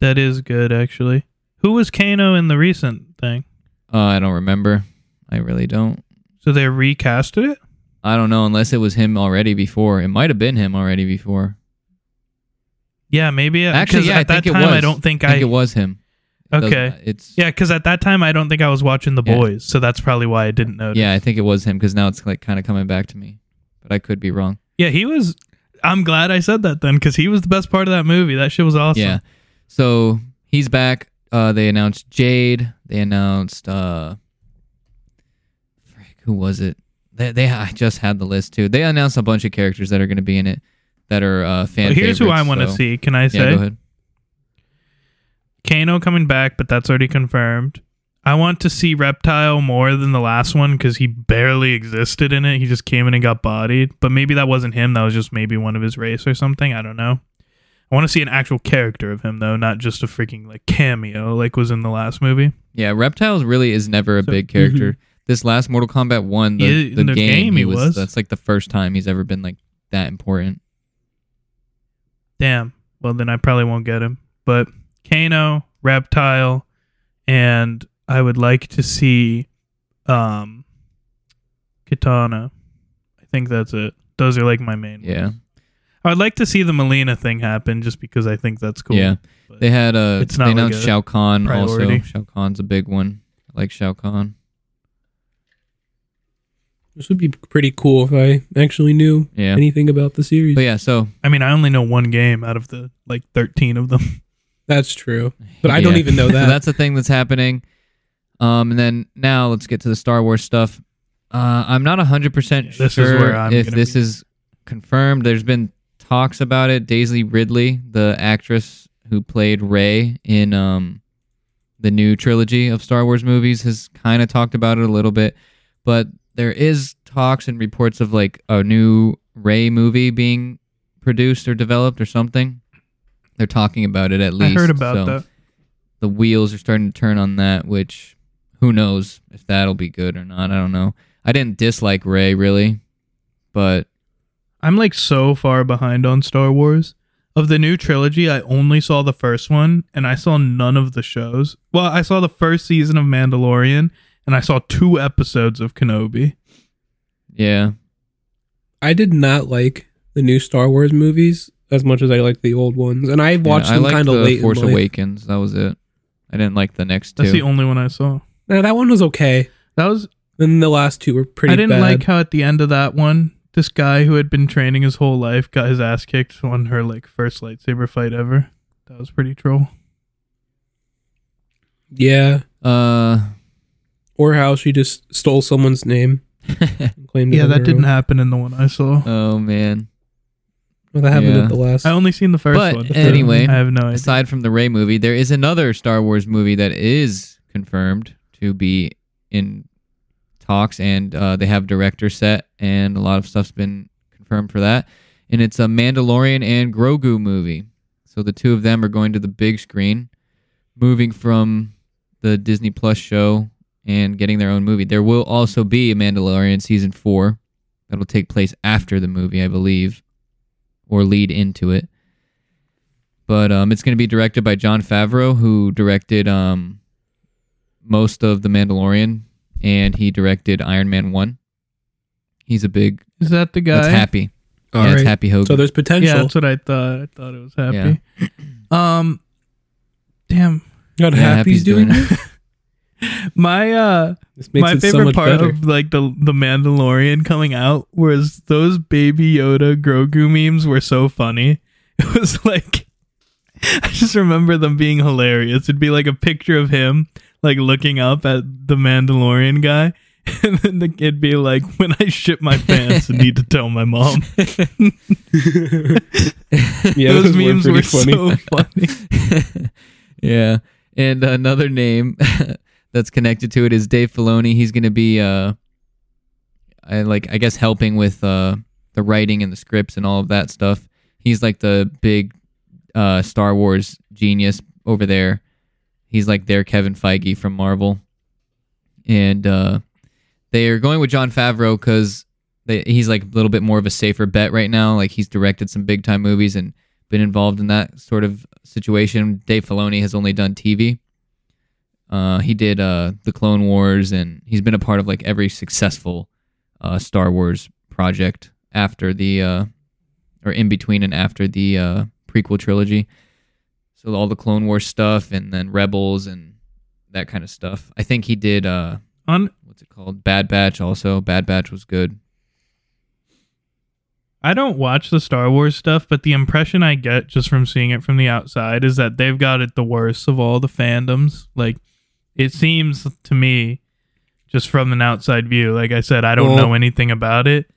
S2: That is good actually. Who was Kano in the recent thing?
S1: Uh, I don't remember. I really don't.
S2: So they recasted it.
S1: I don't know unless it was him already before. It might have been him already before.
S2: Yeah, maybe.
S1: Actually,
S2: 'cause
S1: yeah, I
S2: at that
S1: think it
S2: time I
S1: was.
S2: don't think
S1: I
S2: I.
S1: think it was him. It doesn't-
S2: Okay.
S1: It's yeah.
S2: yeah, because at that time I don't think I was watching The
S1: Yeah.
S2: Boys, so that's probably why I didn't notice.
S1: I think it was him because now it's like kind of coming back to me, but I could be wrong.
S2: yeah, he was. I'm glad I said that then, because he was the best part of that movie. That shit was awesome.
S1: Yeah. So he's back. Uh, they announced Jade. They announced uh, frick, who was it? They, they I just had the list too. They announced a bunch of characters that are going to be in it that are uh, fan.
S2: But here's who I
S1: favorites,
S2: want to
S1: so-
S2: see. Can I say?
S1: Yeah, go ahead.
S2: Kano coming back, but that's already confirmed. I want to see Reptile more than the last one because he barely existed in it. He just came in and got bodied. But maybe that wasn't him. That was just maybe one of his race or something. I don't know. I want to see an actual character of him though, not just a freaking like cameo like was in the last movie.
S1: Yeah, Reptiles really is never a
S2: So- mm-hmm.
S1: big character. This last Mortal Kombat one, the,
S2: Yeah,
S1: the,
S2: in the
S1: game,
S2: game
S1: he
S2: he
S1: was,
S2: was.
S1: That's like the first time he's ever been like that important.
S2: Damn. Well, then I probably won't get him. But Kano, Reptile, and I would like to see um Katana. I think that's it. Those are like my main. ones.
S1: Yeah,
S2: I'd like to see the Melina thing happen just because I think that's cool.
S1: yeah.
S2: But-
S1: They had uh,
S2: It's
S1: they
S2: not like
S1: announced
S2: a
S1: Shao Kahn
S2: priority.
S1: also. Shao Kahn's a big one. I like Shao Kahn.
S3: This would be pretty cool if I actually knew
S1: Yeah.
S3: anything about the series.
S1: But yeah, so
S2: I mean, I only know one game out of the like 13 of them. [laughs]
S3: That's true. But I don't
S1: [laughs] Yeah.
S3: even know
S1: so
S3: that.
S1: that's the thing that's happening. Um, and then now let's get to the Star Wars stuff. Uh, I'm not 100%
S2: Yeah, this is
S1: sure
S2: where I'm
S1: if
S2: gonna
S1: this
S2: be-
S1: is confirmed. There's been talks about it. Daisy Ridley, the actress who played Rey in um, the new trilogy of Star Wars movies, has kind of talked about it a little bit. But there is talks and reports of like a new Rey movie being produced or developed or something. They're talking about it at
S2: I
S1: least.
S2: heard about
S1: so
S2: that.
S1: the wheels are starting to turn on that, which who knows if that'll be good or not. I don't know. I didn't dislike Ray really, but
S2: I'm like so far behind on Star Wars. Of the new trilogy, I only saw the first one and I saw none of the shows. Well, I saw the first season of Mandalorian and I saw two episodes of Kenobi.
S1: yeah,
S3: I did not like the new Star Wars movies as much as I like the old ones, and I watched
S1: yeah, I
S3: them
S1: liked
S3: kind of
S1: the
S3: late.
S1: Force
S3: in life.
S1: Awakens. That was it. I didn't like the next
S2: That's
S1: two.
S2: the only one I saw.
S3: Nah, that one was okay.
S2: That was
S3: And the last two were pretty.
S2: I didn't
S3: bad.
S2: like how at the end of that one, this guy who had been training his whole life got his ass kicked on her like first lightsaber fight ever. That was pretty troll.
S3: Yeah,
S1: uh,
S3: or how she just stole
S1: Uh, [laughs]
S3: someone's name and claimed. it
S2: Yeah,
S3: as
S2: that
S3: her
S2: didn't
S3: own.
S2: happen in the one I saw.
S1: oh man,
S3: Well, that happened
S1: Yeah.
S3: at the last.
S2: I only seen the first
S1: But
S2: one. so
S1: anyway,
S2: I have no idea.
S1: Aside from the Ray movie, there is another Star Wars movie that is confirmed to be in talks, and uh, they have director set, and a lot of stuff's been confirmed for that. And it's a Mandalorian and Grogu movie. So the two of them are going to the big screen, moving from the Disney Plus show and getting their own movie. There will also be a Mandalorian season four that'll take place after the movie, I believe, or lead into it but um, it's going to be directed by John Favreau, who directed um, most of The Mandalorian, and he directed Iron Man One. He's a big.
S2: Is that the guy?
S1: That's happy.
S3: All
S1: yeah,
S3: right.
S1: it's Happy Hogan.
S3: So there's
S2: Yeah,
S3: potential.
S2: that's what I thought. I thought it was happy. Um, damn,
S3: God,
S1: Yeah,
S3: Happy's, doing, it.
S2: my uh,
S3: This makes
S2: my
S3: it
S2: favorite
S3: so much
S2: part
S3: better.
S2: of like the the Mandalorian coming out was those Baby Yoda Grogu memes were so funny. [laughs] It was like I just remember them being hilarious. It'd be like a picture of him like looking up at the Mandalorian guy. [laughs] And then the kid be like, "When I shit my pants, I need to tell my mom."
S3: [laughs] [laughs]
S2: [laughs]
S3: yeah,
S2: Those,
S3: those
S2: memes were,
S3: pretty funny.
S2: so funny.
S3: [laughs]
S1: [laughs] yeah, and another name [laughs] that's connected to it is Dave Filoni. He's going to be, uh, I like, I guess, helping with uh, the writing and the scripts and all of that stuff. He's like the big uh, Star Wars genius over there. He's like their Kevin Feige from Marvel, and uh, they are going with John Favreau because he's like a little bit more of a safer bet right now. Like he's directed some big time movies and been involved in that sort of situation. Dave Filoni has only done TV. Uh, he did uh, the Clone Wars, and he's been a part of like every successful uh, Star Wars project after the, uh, or in between and after the uh, prequel trilogy. So all the Clone Wars stuff, and then Rebels, and that kind of stuff. I think he did. Uh,
S2: On
S1: what's it called? Bad Batch. Also, Bad Batch was good.
S2: I don't watch the Star Wars stuff, but the impression I get just from seeing it from the outside is that they've got it the worst of all the fandoms. Like, it seems to me, just from an outside view, like I said, I don't
S3: Well-
S2: know anything about it,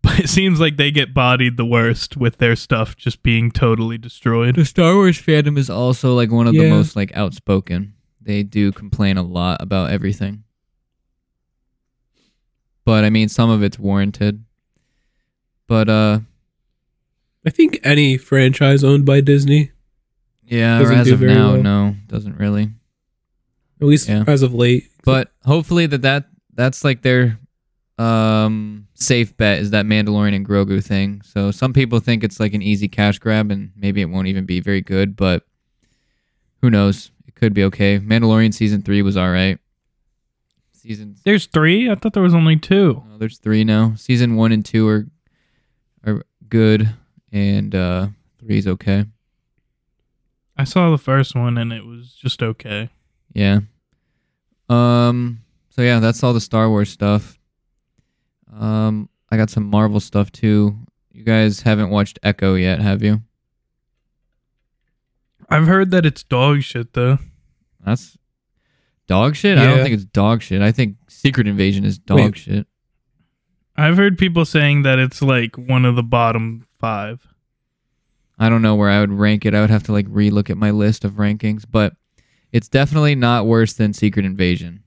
S2: [laughs] but it seems like they get bodied the worst with their stuff just being totally destroyed.
S1: The Star Wars fandom is also like one of the
S3: Yeah.
S1: most like outspoken. They do complain a lot about everything. But I mean some of it's warranted. But uh
S3: I think any franchise owned by Disney,
S1: yeah,
S3: Doesn't
S1: as
S3: do
S1: of
S3: very
S1: now,
S3: well.
S1: no, doesn't really.
S3: at least
S1: Yeah.
S3: as of late,
S1: But hopefully that, that that's like their um safe bet is that Mandalorian and Grogu thing. So some people think it's like an easy cash grab and maybe it won't even be very good, but who knows? It could be okay. Mandalorian season 3 was all right. Season
S2: There's three? I thought there was only two.
S1: No, uh, there's 3 now. Season 1 and 2 are are good and uh 3 is okay.
S2: I saw the first one and it was just okay.
S1: Yeah. Um. So yeah, that's all the Star Wars stuff. Um. I got some Marvel stuff too. You guys haven't watched Echo yet, have you?
S2: I've heard that it's dog shit, though.
S1: That's dog shit. I don't
S3: Yeah.
S1: think it's dog shit. I think Secret Invasion is dog
S3: Wait.
S1: shit.
S2: I've heard people saying that it's like one of the bottom five.
S1: I don't know where I would rank it. I would have to like relook at my list of rankings, but it's definitely not worse than Secret Invasion.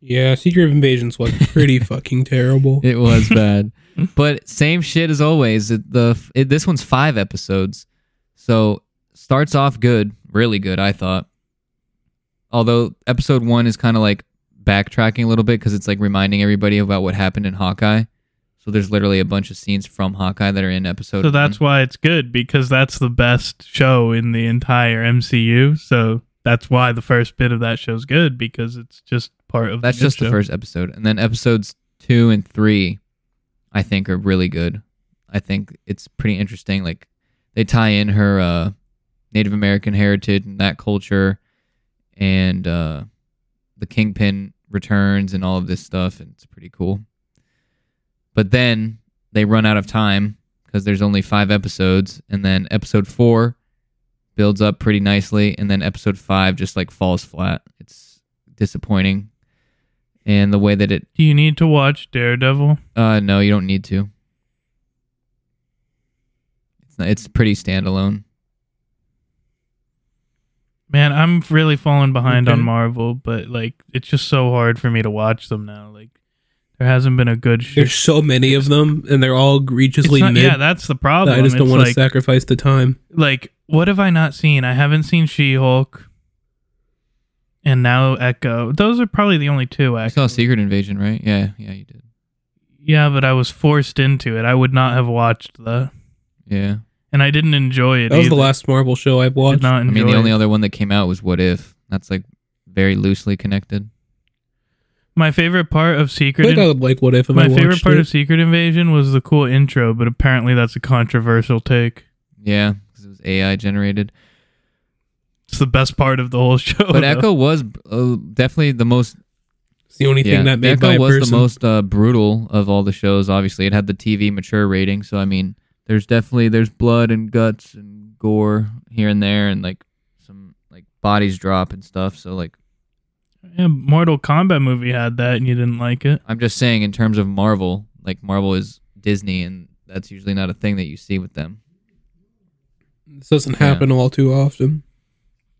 S3: yeah, Secret Invasions was
S1: [laughs]
S3: pretty fucking terrible.
S1: It was bad, but same shit as always. It, the it, this one's five episodes, so starts off good, really good. I thought. Although episode one is kind of like backtracking a little bit because it's like reminding everybody about what happened in Hawkeye. So there's literally a bunch of scenes from Hawkeye that are in episode.
S2: So that's
S1: one.
S2: why it's good because that's the best show in the entire MCU. So that's why the first bit of that show's good because it's just part of
S1: that's
S2: the good
S1: just the
S2: show.
S1: first episode, and then episodes two and three, I think are really good. I think it's pretty interesting. Like they tie in her uh, Native American heritage and that culture, and uh, the Kingpin returns and all of this stuff, and it's pretty cool. But then they run out of time because there's only five episodes, and then episode four builds up pretty nicely, and then episode five just like falls flat. It's disappointing, and the way that it
S2: Do you need to watch Daredevil?
S1: uh no, you don't need to. It's not- It's pretty standalone.
S2: Man, I'm really falling behind on
S3: Okay.
S2: Marvel, but like it's just so hard for me to watch them now. Like there hasn't been a good
S3: There's
S2: shit.
S3: so many of them, and they're all
S2: It's
S3: egregiously
S2: not-
S3: mid.
S2: yeah, that's the
S3: that
S2: problem.
S3: I just don't
S2: It's
S3: want to
S2: like,
S3: sacrifice the time.
S2: like what have I not seen? I haven't seen She-Hulk, and now Echo. Those are probably the only two.
S1: I
S2: Actually,
S1: saw Secret Invasion, right? Yeah, yeah, you did.
S2: yeah, but I was forced into it. I would not have watched the,
S1: Yeah.
S2: and I didn't enjoy it.
S3: That was the
S2: either.
S3: last Marvel show I
S2: Did
S3: watched.
S2: not
S1: I
S2: enjoy
S1: mean, the
S2: it.
S1: only other one that came out was What If. That's like very loosely connected.
S2: My favorite part of
S3: I
S2: Secret.
S3: think
S2: In-
S3: I would like What If. if I
S2: my
S3: watched
S2: favorite part
S3: it.
S2: of Secret Invasion was the cool intro, but apparently that's a controversial take.
S1: Yeah, because it was AI generated.
S2: It's the best part of the whole [laughs] show.
S1: But
S2: though.
S1: Echo was uh, definitely the most
S3: It's the only thing that made
S1: Echo
S3: by a
S1: was
S3: person.
S1: the most uh, brutal of all the shows. Obviously, it had the TV mature rating, so I mean, there's definitely there's blood and guts and gore here and there, and like some like bodies drop and stuff. So like,
S2: Yeah, Mortal Kombat movie had that, and you didn't like it.
S1: I'm just saying in terms of Marvel, like Marvel is Disney, and that's usually not a thing that you see with them.
S3: this doesn't happen all too often. [laughs]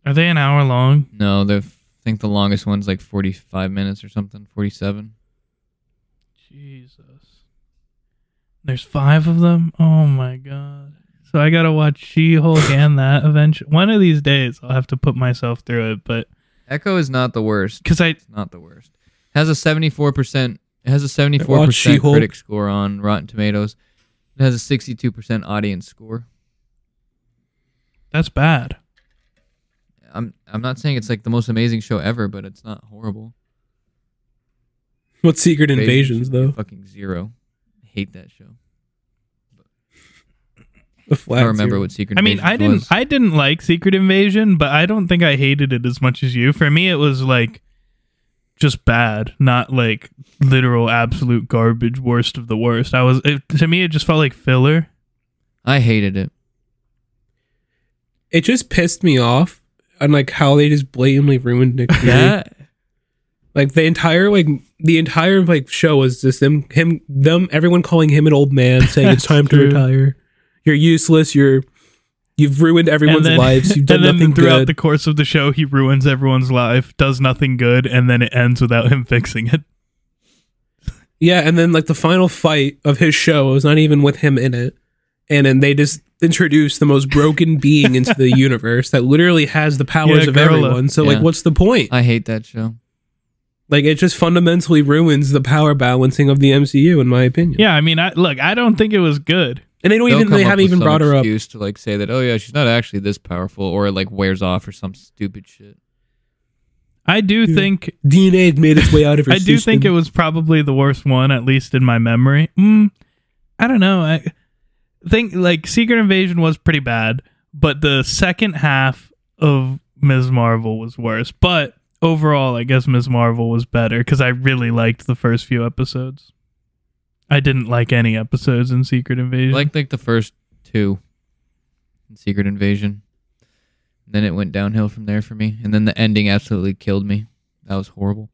S2: Are they an hour long?
S1: No, the I think the longest one's like 45 minutes or something, 47.
S2: Jesus. There's five of them. Oh my god. So I gotta watch She-Hulk and that eventually. One of these days, I'll have to put myself through it. But
S1: Echo is not the worst.
S2: because I,
S1: It's not the worst. Has a 74%. It has a 74%
S3: She-Hulk.
S1: critic score on Rotten Tomatoes. It has a 62% audience score.
S2: that's bad.
S1: I'm I'm not saying it's like the most amazing show ever, but it's not horrible.
S3: What secret
S1: Invasions
S3: invasions though?
S1: Fucking zero. I hate that show.
S3: The
S1: I
S3: flag
S1: don't remember
S3: zero.
S1: what Secret
S2: I mean,
S1: Invasions
S2: I didn't,
S1: was.
S2: I didn't like Secret Invasion, but I don't think I hated it as much as you. For me, it was like just bad, not like literal absolute garbage, worst of the worst. I was it, to me, it just felt like filler.
S1: I hated
S3: [laughs]
S1: it.
S3: It just pissed me off on like how they just blatantly ruined
S2: [laughs]
S3: Nick Fury. Like the entire like the entire like show was just them him them everyone calling him an old man saying
S2: [laughs]
S3: it's time to
S2: True.
S3: retire. You're useless. You're you've ruined everyone's
S2: And then- [laughs]
S3: lives. You've done
S2: and then
S3: nothing
S2: throughout
S3: good.
S2: the course of the show, he ruins everyone's life, does nothing good, and then it ends without him [laughs] fixing it.
S3: yeah, and then like the final fight of his show was not even with him in it, and then they just introduced the most
S2: [laughs]
S3: broken being into the universe that literally has the powers
S2: Yeah,
S3: of
S2: Gorilla.
S3: everyone. So
S1: Yeah.
S3: like, what's the
S1: [laughs]
S3: point?
S1: I hate that show.
S3: Like it just fundamentally ruins the power balancing of the MCU, in my opinion.
S2: Yeah, I mean, I look, I don't think it was good.
S3: and they don't
S1: They'll
S3: even
S1: come
S3: they
S1: up
S3: haven't
S1: with
S3: even
S1: some
S3: brought her up.
S1: excuse to like say that oh yeah she's not actually this powerful or it like wears off or some stupid shit.
S2: I do
S3: Yeah.
S2: think
S3: DNA had made its way
S2: [laughs]
S3: out of her.
S2: I do think it was probably the worst one, at least in my memory. Mm, I don't know. I think like Secret Invasion was pretty bad, but the second half of Ms. Marvel was worse. But overall, I guess Ms. Marvel was better because I really liked the first few episodes. I didn't like any episodes in Secret Invasion.
S1: Like like the first two, in Secret Invasion. Then it went downhill from there for me, and then the ending absolutely killed me. That was horrible.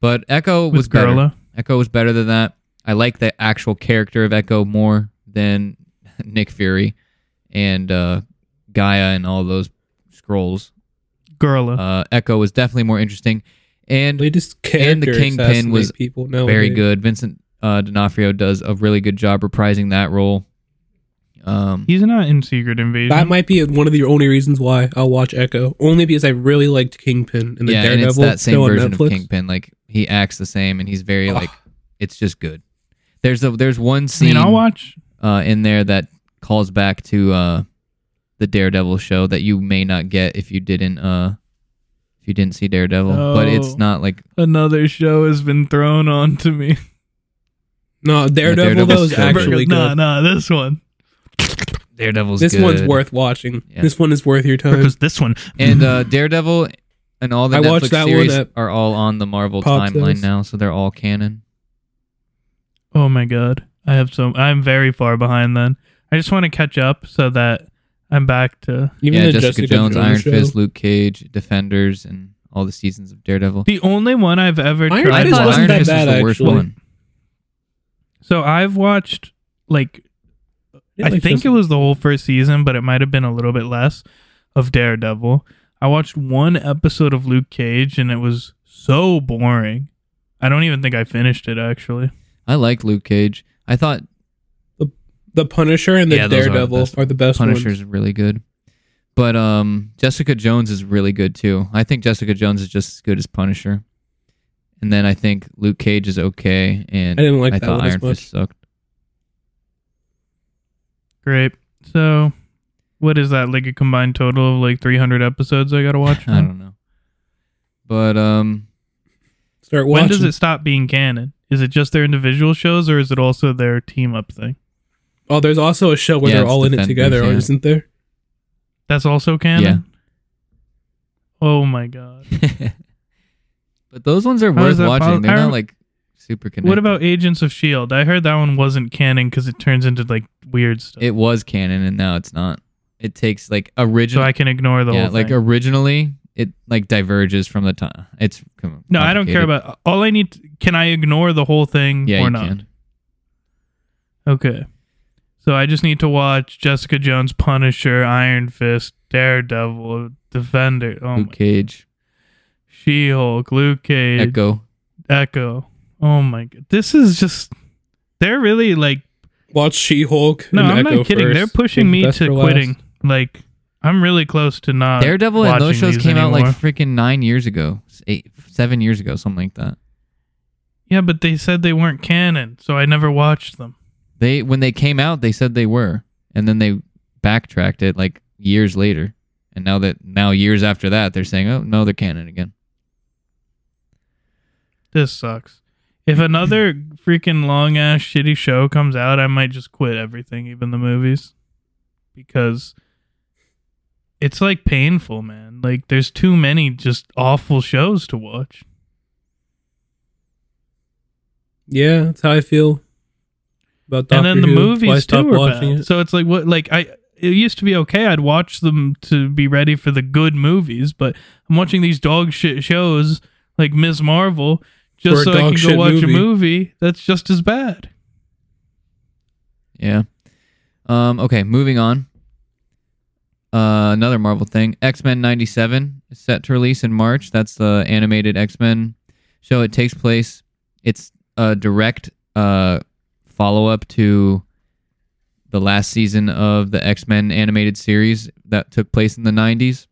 S1: But Echo was
S2: with
S1: better.
S2: Gorilla.
S1: Echo was better than that. I like the actual character of Echo more than [laughs] Nick Fury and uh, Gaia and all those scrolls.
S2: Gorilla.
S1: Uh, Echo was definitely more interesting, and
S3: They just
S1: And the
S3: character
S1: Kingpin
S3: assassinate
S1: was
S3: people nowadays.
S1: very good. Vincent uh, D'Onofrio does a really good job reprising that role. Um,
S2: He's not in Secret Invasion.
S3: That might be one of the only reasons why I'll watch Echo. Only because I really liked Kingpin and the
S1: yeah,
S3: Daredevil.
S1: and it's that same
S3: show on
S1: version
S3: Netflix.
S1: of Kingpin. Like he acts the same, and he's very
S3: Ugh.
S1: like it's just good. There's a there's one
S2: I mean,
S1: scene
S2: I'll watch.
S1: uh, in there that calls back to uh, the Daredevil show that you may not get if you didn't uh, if you didn't see Daredevil. But it's
S2: Oh.
S1: not like
S2: Another show has been thrown onto me.
S3: No, Daredevil
S1: Daredevil's
S3: though is
S1: good.
S2: [laughs]
S3: actually good.
S2: no, no, this one.
S1: Daredevil's
S3: this
S1: good.
S3: one's worth watching.
S1: Yeah.
S3: This one is worth your time.
S2: Because this one
S1: and
S3: [laughs]
S1: uh, Daredevil and all the
S3: I watched
S1: Netflix
S3: that one
S1: series
S3: at
S1: are all on the Marvel
S3: Pop's
S1: timeline
S3: house.
S1: now, so they're all canon.
S2: Oh my god. I have so I'm very far behind then. I just want to catch up so that I'm back to
S3: Even
S1: yeah,
S3: the
S1: Jessica, Jones, Iron
S3: show.
S1: Fist, Luke Cage, Defenders, and all the seasons of Daredevil.
S2: the only one I've ever
S3: Iron
S2: tried.
S1: I
S3: Fist
S1: thought
S3: wasn't
S1: Iron
S3: that
S1: Fist
S3: bad,
S1: was the worst
S3: actually.
S1: one.
S2: so I've watched like I think it was the whole first season, but it might have been a little bit less of Daredevil. I watched one episode of Luke Cage and it was so boring. I don't even think I finished it actually.
S1: I like Luke Cage. I thought
S3: the Punisher and the
S1: Yeah, those are the
S3: Daredevil are the
S1: best.
S3: best, ones.
S1: Punisher's really good. But um, Jessica Jones is really good too. I think Jessica Jones is just as good as Punisher. And then I think Luke Cage is okay. And
S3: I didn't like that
S1: thought
S3: one as
S1: Iron
S3: much.
S1: Fist sucked.
S2: Great. So, what is that like a combined total of like 300 episodes I got to
S1: [laughs]
S2: watch?
S1: I
S2: now?
S1: don't know. But um, [laughs]
S3: Start watching.
S2: When does it stop being canon? Is it just their individual shows or is it also their team up thing?
S3: Oh, there's also a show where
S1: Yeah,
S3: they're
S1: it's
S3: all in it
S1: Defenders,
S3: together,
S1: yeah.
S3: isn't there?
S2: That's also canon? Oh my god.
S1: but those ones are
S2: How is
S1: worth
S2: that
S1: watching.
S2: possible?
S1: They're
S2: I
S1: not
S2: rem-
S1: like super connected.
S2: What about Agents of Shield? I heard that one wasn't canon cuz it turns into like weird stuff.
S1: it was canon and now it's not. It takes like
S2: so
S1: original
S2: I can ignore the
S1: yeah,
S2: whole
S1: like
S2: thing.
S1: originally it like diverges from the time. It's com-
S2: no, I don't care
S1: complicated.
S2: about all I need can I ignore the whole thing
S1: yeah,
S2: or
S1: you
S2: not?
S1: can.
S2: Okay. So I just need to watch Jessica Jones, Punisher, Iron Fist, Daredevil, Defender, oh
S1: Luke
S2: my,
S1: Cage,
S2: She-Hulk, Luke Cage,
S1: Echo.
S2: Echo. Oh my god. This is just they're really like
S3: Watch She-Hulk.
S2: no,
S3: and
S2: I'm
S3: Echo
S2: not kidding. they
S3: first,
S2: They're pushing
S3: and
S2: me
S3: best
S2: to
S3: for last.
S2: quitting. Like I'm really close to not
S1: Daredevil and those
S2: uh, watching
S1: shows
S2: these
S1: came out
S2: anymore.
S1: like freaking nine years ago, S- eight, seven years ago, something like that.
S2: Yeah, but they said they weren't canon, so I never watched them.
S1: They when they came out, they said they were, and then they backtracked it like years later, and now that now years after that, they're saying, oh no, they're canon again.
S2: This sucks.
S1: [clears throat]
S2: If another freaking long ass shitty show comes out, I might just quit everything, even the movies. Because it's like painful, man. Like there's too many just awful shows to watch.
S3: Yeah, that's how I feel about Doctor
S2: and then the
S3: Who. Why
S2: movies
S3: stop
S2: too are
S3: watching
S2: bad.
S3: it?
S2: So it's like what like I it used to be okay. I'd watch them to be ready for the good movies, but I'm watching these dog shit shows like Ms. Marvel
S3: Or
S2: just
S3: a
S2: so I
S3: dog
S2: can go
S3: shit
S2: watch a
S3: movie.
S2: movie that's just as bad.
S1: Yeah. Um. Okay, moving on. Uh, another Marvel thing. X Men '97 is set to release in March. That's the animated X Men show. It takes place. It's a direct uh follow up to the last season of the X Men animated series that took place in the '90s.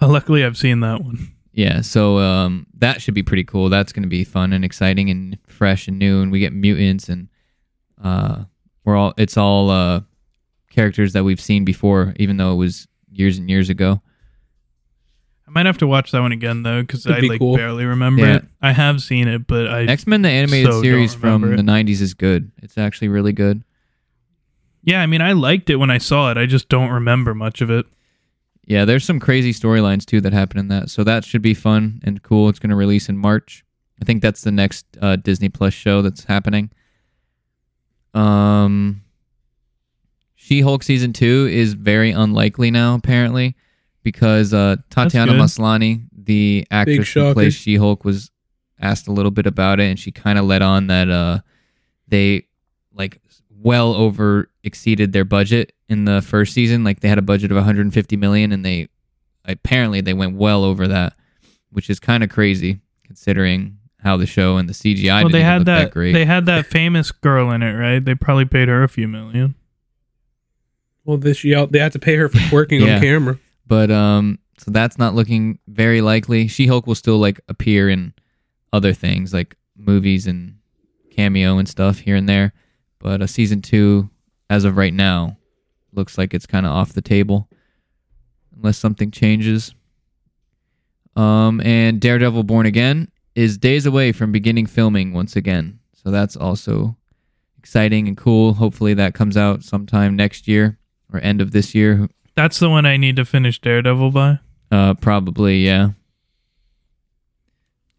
S2: Uh, Luckily, I've seen that one.
S1: Yeah, so um, that should be pretty cool. That's going to be fun and exciting and fresh and new. And we get mutants and uh, we're all it's all uh, characters that we've seen before, even though it was years and years ago.
S2: I might have to watch that one again though, because
S3: It'd
S2: I
S3: be
S2: like
S3: cool.
S2: barely remember
S1: Yeah.
S2: it. I have seen it, but I
S1: X Men: The Animated
S2: so don't
S1: Series from
S2: remember
S1: the '90s is good. It's actually really good.
S2: yeah, I mean, I liked it when I saw it. I just don't remember much of it.
S1: Yeah, there's some crazy storylines too that happen in that. So that should be fun and cool. It's going to release in March. I think that's the next uh, Disney Plus show that's happening. Um, She-Hulk season two is very unlikely now, apparently, because uh, Tatiana
S2: good.
S1: Maslany, the actress who
S3: shocker.
S1: plays She-Hulk, was asked a little bit about it, and she kind of let on that uh, they like well over exceeded their budget in the first season. Like they had a budget of 150 million, and they apparently they went well over that, which is kind of crazy considering how the show and the CGI
S2: well,
S1: didn't
S2: they
S1: even
S2: had
S1: look that,
S2: that.
S1: great.
S2: they had that famous girl in it, right? They probably paid her a few million.
S3: Well, this yeah, they have to pay
S1: [laughs]
S3: her for working
S1: Yeah.
S3: on camera.
S1: but um, so that's not looking very likely. She Hulk will still like appear in other things like movies and cameo and stuff here and there, but a season two, as of right now, looks like it's kind of off the table, unless something changes. Um, and Daredevil: Born Again is days away from beginning filming once again, so that's also exciting and cool. Hopefully, that comes out sometime next year or end of this year.
S2: That's the one I need to finish Daredevil by,
S1: Uh, probably, yeah.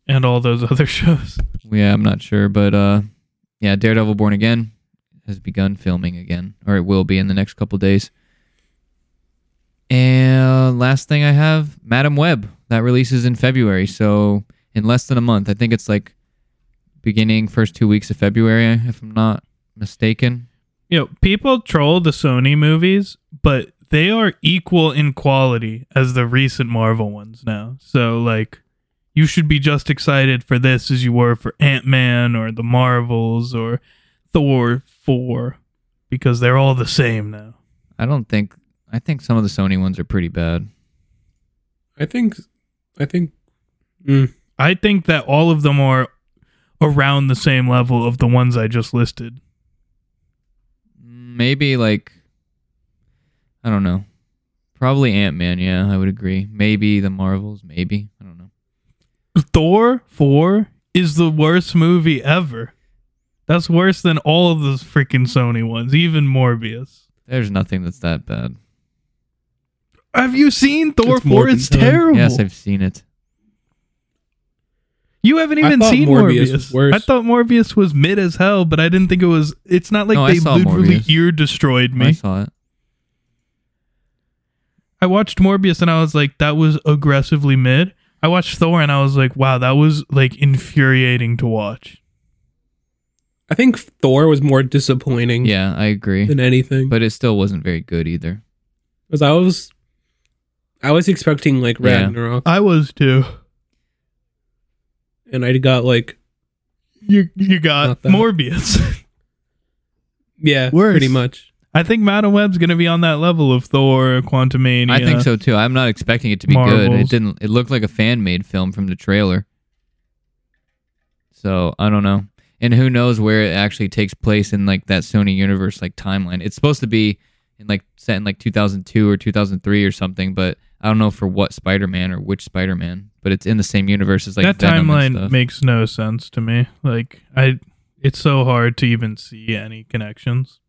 S2: and all those [laughs] other shows.
S1: Yeah, I'm not sure, but uh, yeah, Daredevil: Born Again has begun filming again, or it will be in the next couple days. And last thing I have, Madam Web, that releases in February, so in less than a month. I think it's like beginning first two weeks of February, if I'm not mistaken.
S2: you know, people troll the Sony movies, but they are equal in quality as the recent Marvel ones now. So like you should be just excited for this as you were for Ant-Man or the Marvels or Thor 4 because they're all the same now.
S1: I don't think. I think some of the Sony ones are pretty bad.
S3: I think, I think,
S1: Mm.
S2: I think that all of them are around the same level of the ones I just listed.
S1: Maybe like, I don't know. Probably Ant Man. Yeah, I would agree. Maybe the Marvels. Maybe I don't know.
S2: Thor 4 is the worst movie ever. That's worse than all of those freaking Sony ones, even Morbius.
S1: There's nothing that's that bad.
S2: Have you seen Thor
S3: It's
S2: 4? It's
S3: Morbius, huh?
S2: terrible.
S1: Yes, I've seen it.
S2: you haven't
S3: I
S2: even
S3: thought
S2: seen
S3: Morbius
S2: Morbius.
S3: was worse.
S2: I thought Morbius was mid as hell, but I didn't think it was. It's not like
S1: No, I
S2: they
S1: saw
S2: literally
S1: Morbius.
S2: ear destroyed me.
S1: I saw it.
S2: I watched Morbius and I was like, that was aggressively mid. I watched Thor and I was like, wow, that was like infuriating to watch.
S3: I think Thor was more
S2: Mm.
S3: disappointing
S1: Yeah, I agree.
S3: than anything.
S1: But it still wasn't very good either.
S3: Because I was, I was expecting like
S1: Yeah.
S3: Ragnarok,
S2: I was too.
S3: and I got like
S2: You you got
S3: Not that.
S2: Morbius.
S3: yeah,
S2: Worse.
S3: pretty much.
S2: I think Madam Web's gonna be on that level of Thor, Quantumania.
S1: I think so too. I'm not expecting it to be good. It
S2: uh, Marvels.
S1: didn't. It looked like a fan made film from the trailer. So I don't know, and who knows where it actually takes place in like that Sony universe like timeline. It's supposed to be in like set in like 2002 or 2003 or something, but I don't know for what Spider-Man or which Spider-Man. But it's in the same universe as like
S2: that
S1: Venom and
S2: timeline
S1: stuff.
S2: makes no sense to me. Like I, it's so hard to even see any connections.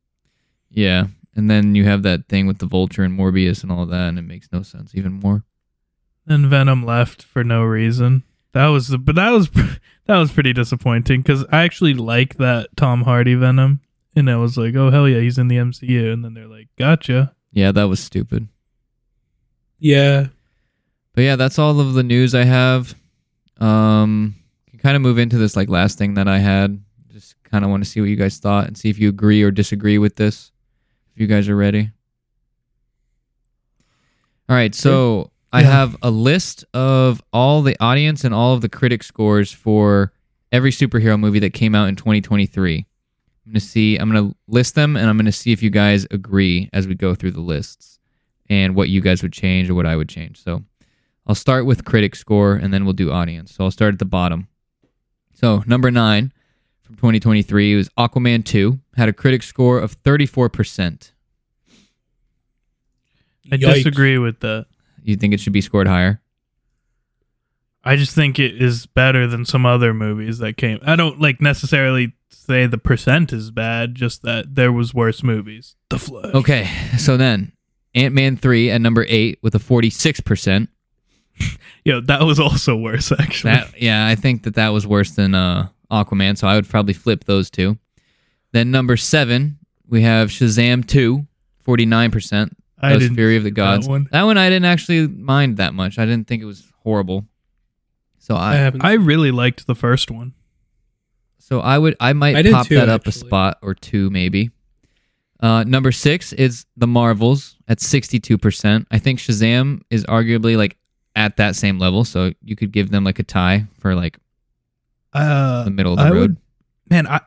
S1: yeah, and then you have that thing with the Vulture and Morbius and all that, and it makes no sense even more.
S2: And Venom left for no reason. That was the, but that was [laughs] that was pretty disappointing because I actually like that Tom Hardy Venom, and I was like, oh hell yeah, he's in the MCU, and then they're like, gotcha.
S1: Yeah, that was stupid.
S3: Yeah,
S1: But yeah, that's all of the news I have. Um, can kind of move into this like last thing that I had. Just kind of want to see what you guys thought and see if you agree or disagree with this. If you guys are ready. All right, so I
S2: Yeah.
S1: have a list of all the audience and all of the critic scores for every superhero movie that came out in 2023. I'm gonna see. I'm gonna list them, and I'm gonna see if you guys agree as we go through the lists, and what you guys would change or what I would change. So, I'll start with critic score, and then we'll do audience. So I'll start at the bottom. So number nine from 2023 was Aquaman 2. Had a critic score of 34 percent.
S2: I
S3: Yikes.
S2: disagree with that.
S1: You think it should be scored higher?
S2: I just think it is better than some other movies that came. I don't like necessarily say the percent is bad, just that there was worse movies. The Flash.
S1: Okay. [laughs] So then Ant Man 3 at number eight with a 46 percent.
S2: Yeah, that was also [laughs] worse actually.
S1: That yeah, I think that that was worse than uh, Aquaman, so I would probably flip those two. Then number seven, we have Shazam 2, 49 percent.
S2: I
S1: That was
S2: didn't
S1: Fury of the
S2: see that
S1: Gods.
S2: one.
S1: I didn't actually mind that much. I didn't think it was horrible. So
S3: I,
S1: I,
S3: haven't.
S2: I really liked the first one.
S1: so I would I might
S3: I did
S1: pop
S3: too,
S1: that up a
S3: actually.
S1: spot or two maybe. Uh, number six is the Marvels at sixty two percent. I think Shazam is arguably like at that same level, so you could give them like a tie for like
S2: Uh,
S1: the middle of the
S2: I
S1: road.
S2: would- man, I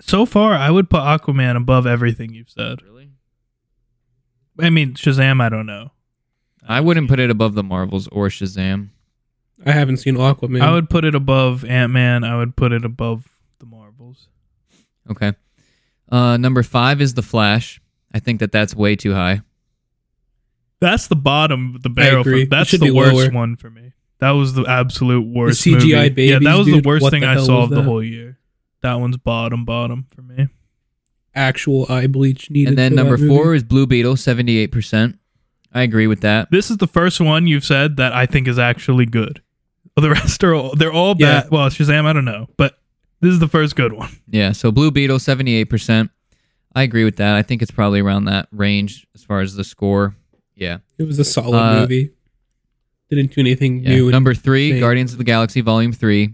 S2: so far I would put Aquaman above everything you've said.
S1: Really?
S2: I mean, Shazam, I don't know.
S1: I wouldn't put it above the Marvels or Shazam.
S3: I haven't seen Aquaman.
S2: I would put it above Ant Man. I would put it above the Marvels.
S1: Okay. Uh, number five is the Flash. I think that that's way too high.
S2: That's the bottom of the barrel.
S3: agree.
S2: For,
S3: It
S2: that's
S3: should
S2: the
S3: be
S2: worst
S3: lower.
S2: one for me. That was the absolute worst
S3: CGI
S2: movie. yeah, that
S3: babies,
S2: was
S3: dude.
S2: the worst
S3: What
S2: thing
S3: the
S2: I
S3: hell
S2: saw
S3: was
S2: of the
S3: that?
S2: whole year. That one's bottom bottom for me.
S3: actual eye bleach needed.
S1: And then
S3: for that
S1: number
S3: movie.
S1: four is Blue Beetle, seventy eight percent. I agree with that.
S2: This is the first one you've said that I think is actually good. The rest are all they're all
S3: Yeah.
S2: bad. Well, Shazam, I don't know, but this is the first good one.
S1: Yeah, so Blue Beetle, 78%. I agree with that. I think it's probably around that range as far as the score. Yeah.
S3: It was a solid
S1: Uh,
S3: movie. Didn't do anything
S1: yeah.
S3: new. and
S1: Number three,
S3: insane.
S1: Guardians of the Galaxy Volume 3,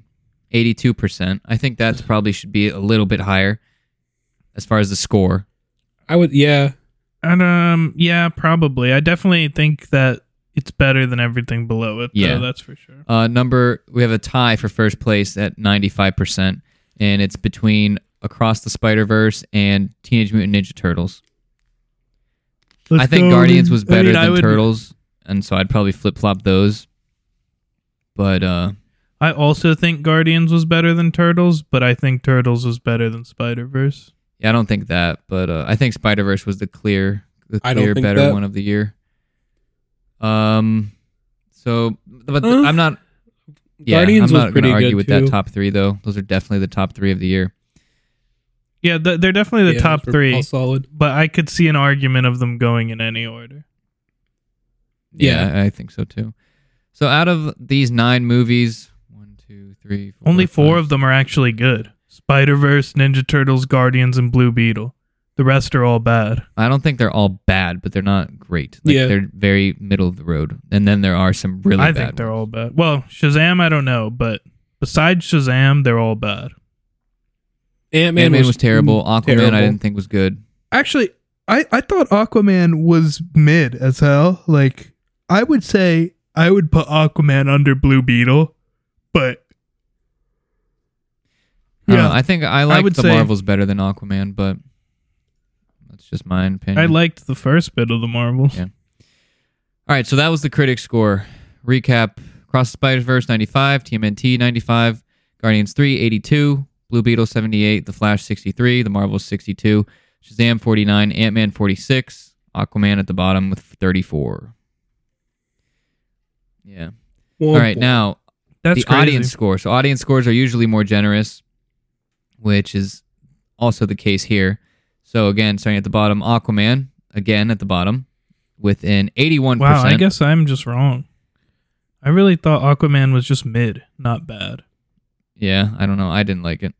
S1: 82%. I think that's probably should be a little bit higher as far as the score.
S3: I would, yeah.
S2: And um, yeah, probably. I definitely think that it's better than everything below it. Yeah,
S1: Yeah.
S2: that's for sure.
S1: Uh, number we have a tie for first place at 95%, and it's between Across the Spider Verse and Teenage Mutant Ninja Turtles. I
S2: Let's
S1: think
S2: go
S1: Guardians
S2: with-
S1: was
S2: I
S1: better
S2: mean, I
S1: than
S2: would-
S1: Turtles, and so I'd probably flip flop those. But uh,
S2: I also think Guardians was better than Turtles, but I think Turtles was better than Spider Verse.
S1: yeah, I don't think that. But uh, I think Spider Verse was the clear, the
S3: I don't
S1: clear
S3: think
S1: better
S3: that.
S1: one of the year. Um, so but
S3: Huh?
S1: I'm not. Yeah,
S3: Guardians
S1: I'm
S3: was
S1: not gonna
S3: pretty
S1: argue
S3: good,
S1: with
S3: too.
S1: that top three though. Those are definitely the top three of the year.
S2: Yeah, th- they're definitely the
S3: Yeah,
S2: top
S3: those were
S2: three,
S3: All solid.
S2: but I could see an argument of them going in any order.
S1: Yeah, I think so too. So out of these nine movies, one, two, three, four,
S2: Only four
S1: five,
S2: of them are actually good Spider Verse, Ninja Turtles, Guardians, and Blue Beetle. The rest are all bad.
S1: I don't think they're all bad, but they're not great. Like,
S3: Yeah.
S1: they're very middle of the road. And then there are some really
S2: I
S1: bad.
S2: think they're
S1: ones.
S2: all bad. Well, Shazam, I don't know, but besides Shazam, they're all bad.
S3: Ant
S1: Ant-Man was, terrible.
S2: mm,
S1: Aquaman I didn't think was good.
S2: Actually, I, I thought Aquaman was mid as hell. Like, I would say I would put Aquaman under Blue Beetle, but
S1: I, don't
S2: Yeah.
S1: know. I think I like
S2: would
S1: the
S2: say-
S1: Marvels better than Aquaman, but that's just my opinion.
S2: I liked the first bit of the Marvels.
S1: Yeah. All right, so that was the critic score. Recap: Cross the Spider Verse 95, TMNT 95, Guardians 3 82, Blue Beetle 78, The Flash 63, The Marvels 62, Shazam 49, Ant Man 46, Aquaman at the bottom with 34. Yeah. All right, now
S2: Oh, That's
S1: the
S2: crazy.
S1: audience score. So audience scores are usually more generous, which is also the case here. So again, starting at the bottom, Aquaman again at the bottom with an eighty-one
S2: Wow, I
S1: percent.
S2: guess I'm just wrong. I really thought Aquaman was just mid, not bad.
S1: Yeah, I don't know. I didn't like it,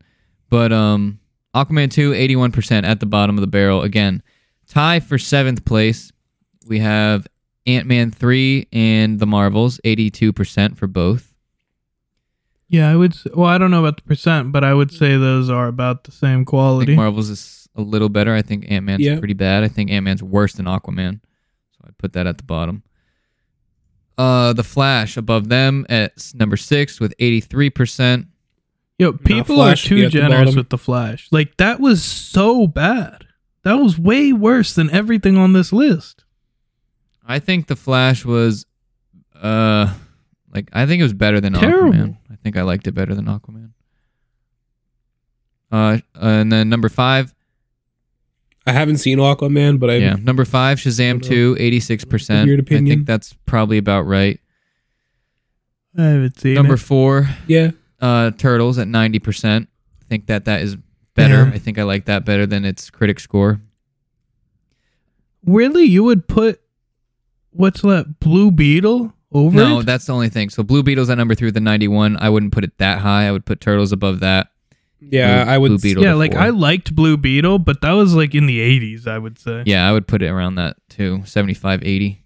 S1: but um, Aquaman 2, 81 percent at the bottom of the barrel again. Tie for seventh place, we have Ant Man three and the Marvels, eighty-two percent for both.
S2: Yeah, I would. s- Well, I don't know about the percent, but I would say those are about the same
S1: I
S2: quality.
S1: think Marvel's is a little better. I think Ant Man's
S3: Yeah.
S1: pretty bad. I think Ant Man's worse than Aquaman. So I put that at the bottom. Uh, the Flash above them at s- number six with 83%.
S2: Yo, people
S3: Flash
S2: are
S3: should be
S2: too
S3: at the
S2: generous
S3: bottom.
S2: with the Flash. Like that was so bad. That was way worse than everything on this list.
S1: I think the Flash was, uh, like I think it was better than Aquaman.
S2: Terrible.
S1: I think I liked it better than Aquaman. Uh, and then number five,
S3: I haven't seen Aquaman, but I
S1: yeah, number five, Shazam
S3: don't
S1: 2,
S3: know.
S1: 86%.
S3: Weird
S1: I
S3: opinion.
S1: think that's probably about right.
S2: I haven't seen
S1: Number
S2: it.
S1: four,
S3: yeah.
S1: uh, Turtles at 90%. I think that that is better.
S2: Damn.
S1: I think I like that better than its critic score.
S2: Really, you would put what's left? Blue Beetle over
S1: No,
S2: it?
S1: that's the only thing. So Blue Beetle's at number three with a 91. I wouldn't put it that high. I would put Turtles above that.
S3: Yeah,
S1: Blue-
S3: I would.
S1: Blue Beetle.
S2: yeah, like
S1: before.
S2: I liked Blue Beetle, but that was like in the '80s, I would say.
S1: Yeah, I would put it around that too, 75, 80.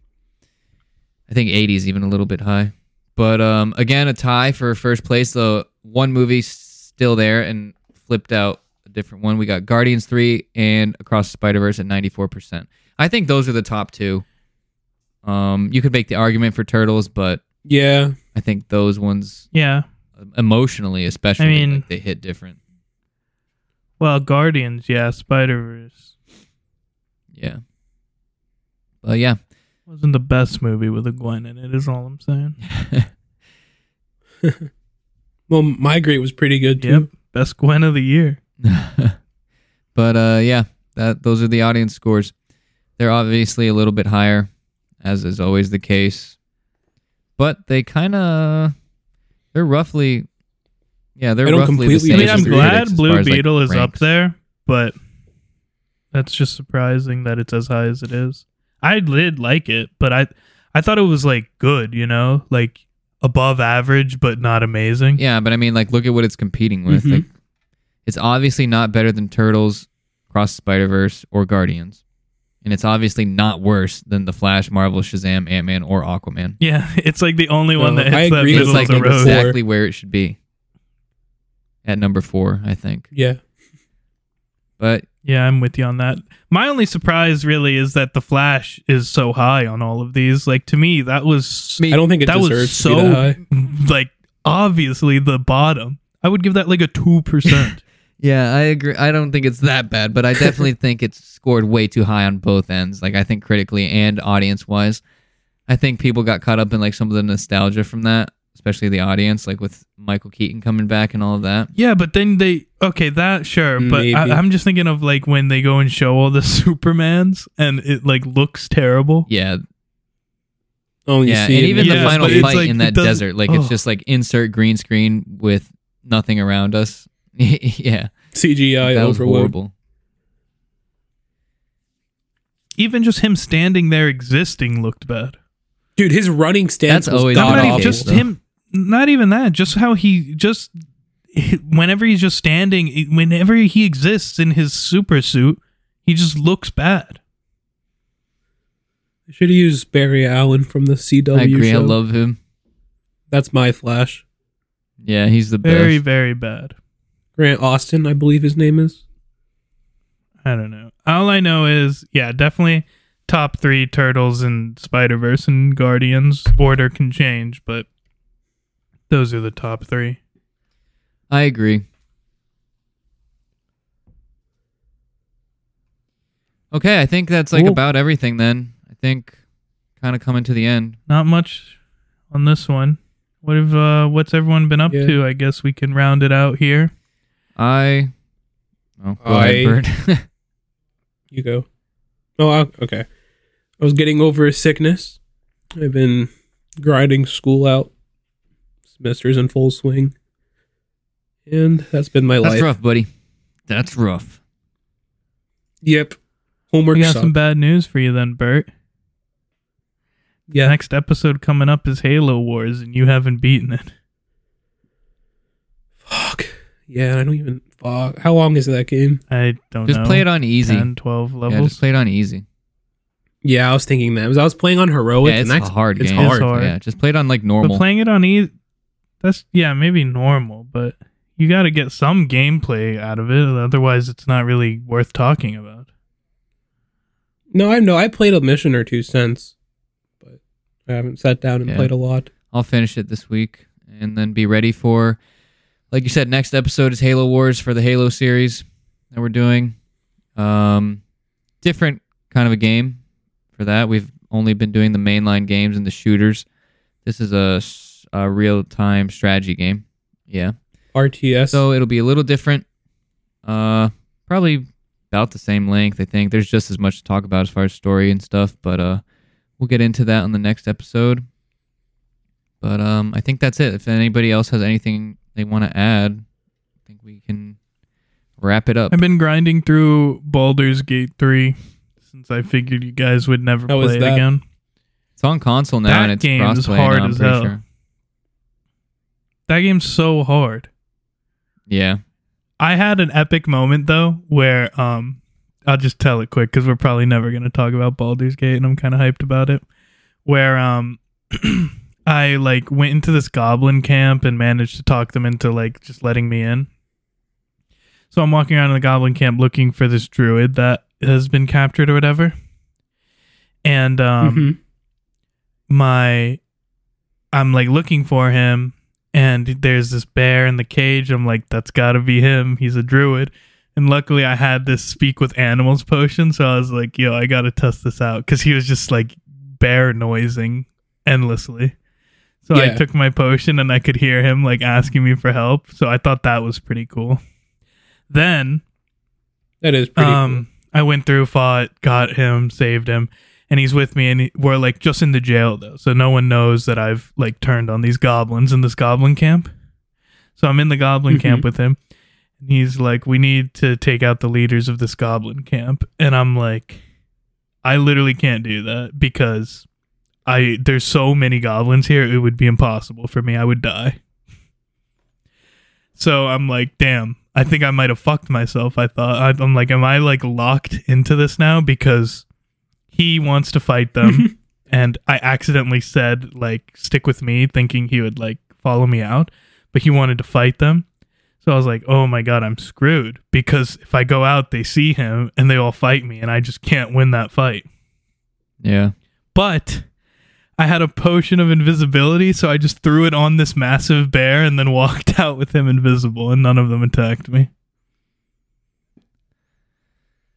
S1: I think 80 is even a little bit high. But um, again, a tie for first place. The one movie still there and flipped out a different one. We got Guardians 3 and Across the Spider Verse at 94%. I think those are the top two. Um, you could make the argument for Turtles, but
S3: Yeah,
S1: I think those ones, um,
S2: Yeah.
S1: emotionally especially,
S2: mean-
S1: like, they hit different.
S2: Well, Guardians, yeah, Spider Verse
S1: Yeah. But yeah.
S2: wasn't the best movie with a Gwen in it. Is all I'm saying.
S3: well, Migrate was pretty good
S2: Yep,
S3: too.
S2: best Gwen of the year.
S1: [laughs] but uh, yeah, that those are the audience scores. They're obviously a little bit higher, as is always the case. But they kind of they're roughly, yeah, they're
S3: I don't
S1: roughly the
S3: completely
S1: same.
S2: I mean,
S1: as
S3: Yeah,
S2: I'm
S3: just
S1: the critics
S2: glad
S1: as far
S2: Blue
S1: as, like,
S2: Beetle is up
S1: ranks.
S2: there, but that's just surprising that it's as high as it is. I did like it, but I I thought it was like good, you know, like above average but not amazing.
S1: Yeah, but I mean, like, look at what it's competing with.
S2: Mm-hmm.
S3: Mhm.
S1: Like, it's obviously not better than Turtles, Cross Spider Verse, or Guardians, and it's obviously not worse than the Flash, Marvel, Shazam, Ant Man, or Aquaman.
S2: Yeah, [laughs] it's like the only
S3: No,
S2: one that hits
S3: I
S2: that
S3: agree
S1: It's
S2: middle
S3: with
S1: like
S2: of the
S3: number
S2: road.
S3: four.
S1: exactly where it should be. At number four, I think.
S3: Yeah,
S1: But
S2: Yeah, I'm with you on that. My only surprise really is that the Flash is so high on all of these. Like to me, that was
S3: I don't think it
S2: that
S3: deserves
S2: was
S3: to be that high.
S2: so like obviously the bottom. I would give that like a two percent.
S1: Yeah, I agree. I don't think it's that bad, but I
S2: [laughs]
S1: definitely think it's scored way too high on both ends. Like I think critically and audience wise, I think people got caught up in like some of the nostalgia from that, especially the audience, like with Michael Keaton coming back and all of that.
S2: yeah, but then they okay that sure, but
S3: Maybe.
S2: I, I'm just thinking of like when they go and show all the [laughs] Supermans and it like looks terrible.
S1: Yeah,
S3: Oh, you
S1: yeah, and
S3: see it
S1: even
S3: in
S2: Yes,
S1: the
S3: [laughs]
S1: final
S2: but it's
S1: fight
S2: like-
S1: in
S2: it
S1: that
S2: doesn't-
S1: desert, like it's
S2: Ugh.
S1: just like insert green screen with nothing around us. [laughs] yeah,
S3: CGI
S1: that was
S3: overload.
S1: horrible.
S2: Even just him standing there existing looked bad.
S3: Dude, his running stance
S1: That's
S3: was
S1: always
S2: Not
S1: god
S2: even-
S1: awful.
S2: just
S1: though.
S2: him. Not even that. Just how he just whenever he's just standing, whenever he exists in his super suit, he just looks bad.
S3: Should have used Barry Allen from the CW
S1: I agree.
S3: show.
S1: I love him.
S3: That's my Flash.
S1: Yeah, he's the
S2: Very,
S1: best.
S2: very bad.
S3: Grant Austin, I believe his name is.
S2: I don't know. All I know is, yeah, definitely top three Turtles and Spider Verse and Guardians. Order can change, but those are the top three.
S1: I agree. Okay, I think that's like
S2: Cool.
S1: about everything then. I think kind of coming to the end.
S2: Not much on this one. What have uh, what's everyone been up
S3: Yeah.
S2: to? I guess we can round it out here.
S1: I Oh, go
S3: I-
S1: ahead, Bird.
S3: You go. Oh, I, okay. I was getting over a sickness. I've been grinding school out. Semester's in full swing. And that's been my
S1: [laughs] That's
S3: life.
S1: rough, buddy. That's rough.
S3: Yep. Homework
S2: We got
S3: sucked.
S2: some bad news for you then, Bert.
S3: Yeah.
S2: Next episode coming up is Halo Wars, and you haven't beaten it.
S3: Fuck. Yeah, I don't even. Fuck. How long is that game?
S2: I don't
S1: Just
S2: know.
S1: play it on easy.
S2: 10, 12 levels.
S1: Yeah, just play it on easy.
S3: Yeah, I was thinking that. 'Cause I was playing on heroic.
S1: Yeah, it's
S3: and
S1: a
S3: that's,
S1: hard
S3: it's
S1: game.
S3: hard.
S2: It's hard.
S1: Yeah, just play it on like
S2: But
S1: normal.
S2: playing it on easy, that's yeah, maybe normal, but you got to get some gameplay out of it. Otherwise, it's not really worth talking about.
S3: No, I know. I played a mission or two since, but I haven't sat down and
S1: Yeah.
S3: played a lot.
S1: I'll finish it this week and then be ready for, like you said, next episode is Halo Wars for the Halo series that we're doing. Um, different kind of a game for that. We've only been doing the mainline games and the shooters. This is a, s- a real time strategy game. Yeah.
S3: RTS.
S1: So it'll be a little different. Uh, probably about the same length, I think. There's just as much to talk about as far as story and stuff, but uh, we'll get into that on the next episode. But um, I think that's it. If anybody else has anything they want to add, I think we can wrap it up.
S2: I've been grinding through Baldur's Gate 3 since I figured you guys would never
S3: How is
S2: play it
S3: that?
S2: again.
S1: It's on console now,
S2: That
S1: and it's
S2: game's
S1: crossplay.
S2: hard
S1: now, I'm
S2: as
S1: pretty
S2: hell.
S1: sure.
S2: That game's so hard.
S1: Yeah,
S2: I had an epic moment though where um I'll just tell it quick cuz we're probably never going to talk about Baldur's Gate and I'm kind of hyped about it where um [clears throat] I like went into this goblin camp and managed to talk them into like just letting me in. So I'm walking around in the goblin camp looking for this druid that has been captured or whatever. And um
S3: Mhm.
S2: my I'm like looking for him and there's this bear in the cage. I'm like, that's gotta be him. He's a druid. And luckily I had this speak with animals potion, so I was like, yo, I gotta test this out. Cause he was just like bear noising endlessly. So I
S3: Yeah.
S2: took my potion and I could hear him like asking me for help. So I thought that was pretty cool. Then
S3: that is pretty.
S2: um, I went through, fought, got him, saved him, and he's with me. And he- we're like just in the jail though, so no one knows that I've like turned on these goblins in this goblin camp. So I'm in the goblin camp with him, and he's like, "We need to take out the leaders of this goblin camp," and I'm like, "I literally can't do that because." I there's so many goblins here it would be impossible for me I would die. So I'm like, damn, I think I might have fucked myself. I thought, I- I'm like, am I like locked into this now? Because he wants to fight them. and I accidentally said, like, stick with me, thinking he would like follow me out, but he wanted to fight them. So I was like, oh my God, I'm screwed because if I go out, they see him and they all fight me, and I just can't win that fight.
S1: Yeah.
S2: But I had a potion of invisibility, so I just threw it on this massive bear and then [laughs] walked out with him invisible, and none of them attacked me.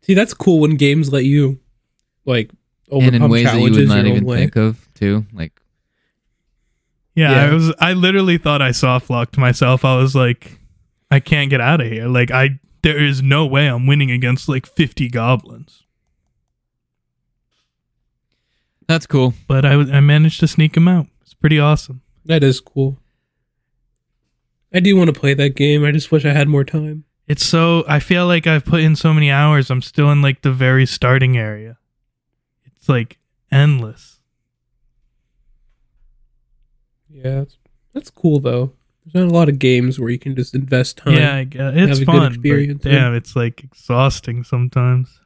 S3: See, that's cool when games let you like
S1: And in
S3: overcome
S1: ways that you
S3: challenges
S1: would not
S3: your own
S1: even
S3: way.
S1: think of too. Like
S2: Yeah,
S3: Yeah.
S2: I was. I literally thought I soft locked myself. I was like, I can't get out of here. Like I, there is no way I'm winning against like 50 goblins.
S1: that's cool.
S2: But I, was- I managed to sneak him out. It's pretty awesome.
S3: That is cool. I do want to play that game. I just wish I had more time.
S2: It's so. I feel like I've put in so many hours. I'm still in like the very starting area. It's like endless.
S3: Yeah, that's, that's cool though. There's not a lot of games where you can just invest time.
S2: Yeah, I guess. it's
S3: Have a good
S2: fun. but
S3: experience, yeah.
S2: damn, it's like exhausting sometimes.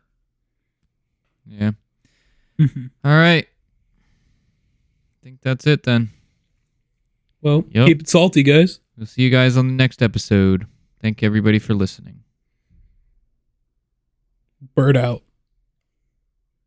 S1: Yeah.
S3: [laughs]
S1: All right. I think that's it then.
S3: Well,
S1: Yep.
S3: keep it salty, guys.
S1: We'll see you guys on the next episode. Thank everybody for listening.
S3: Bird out.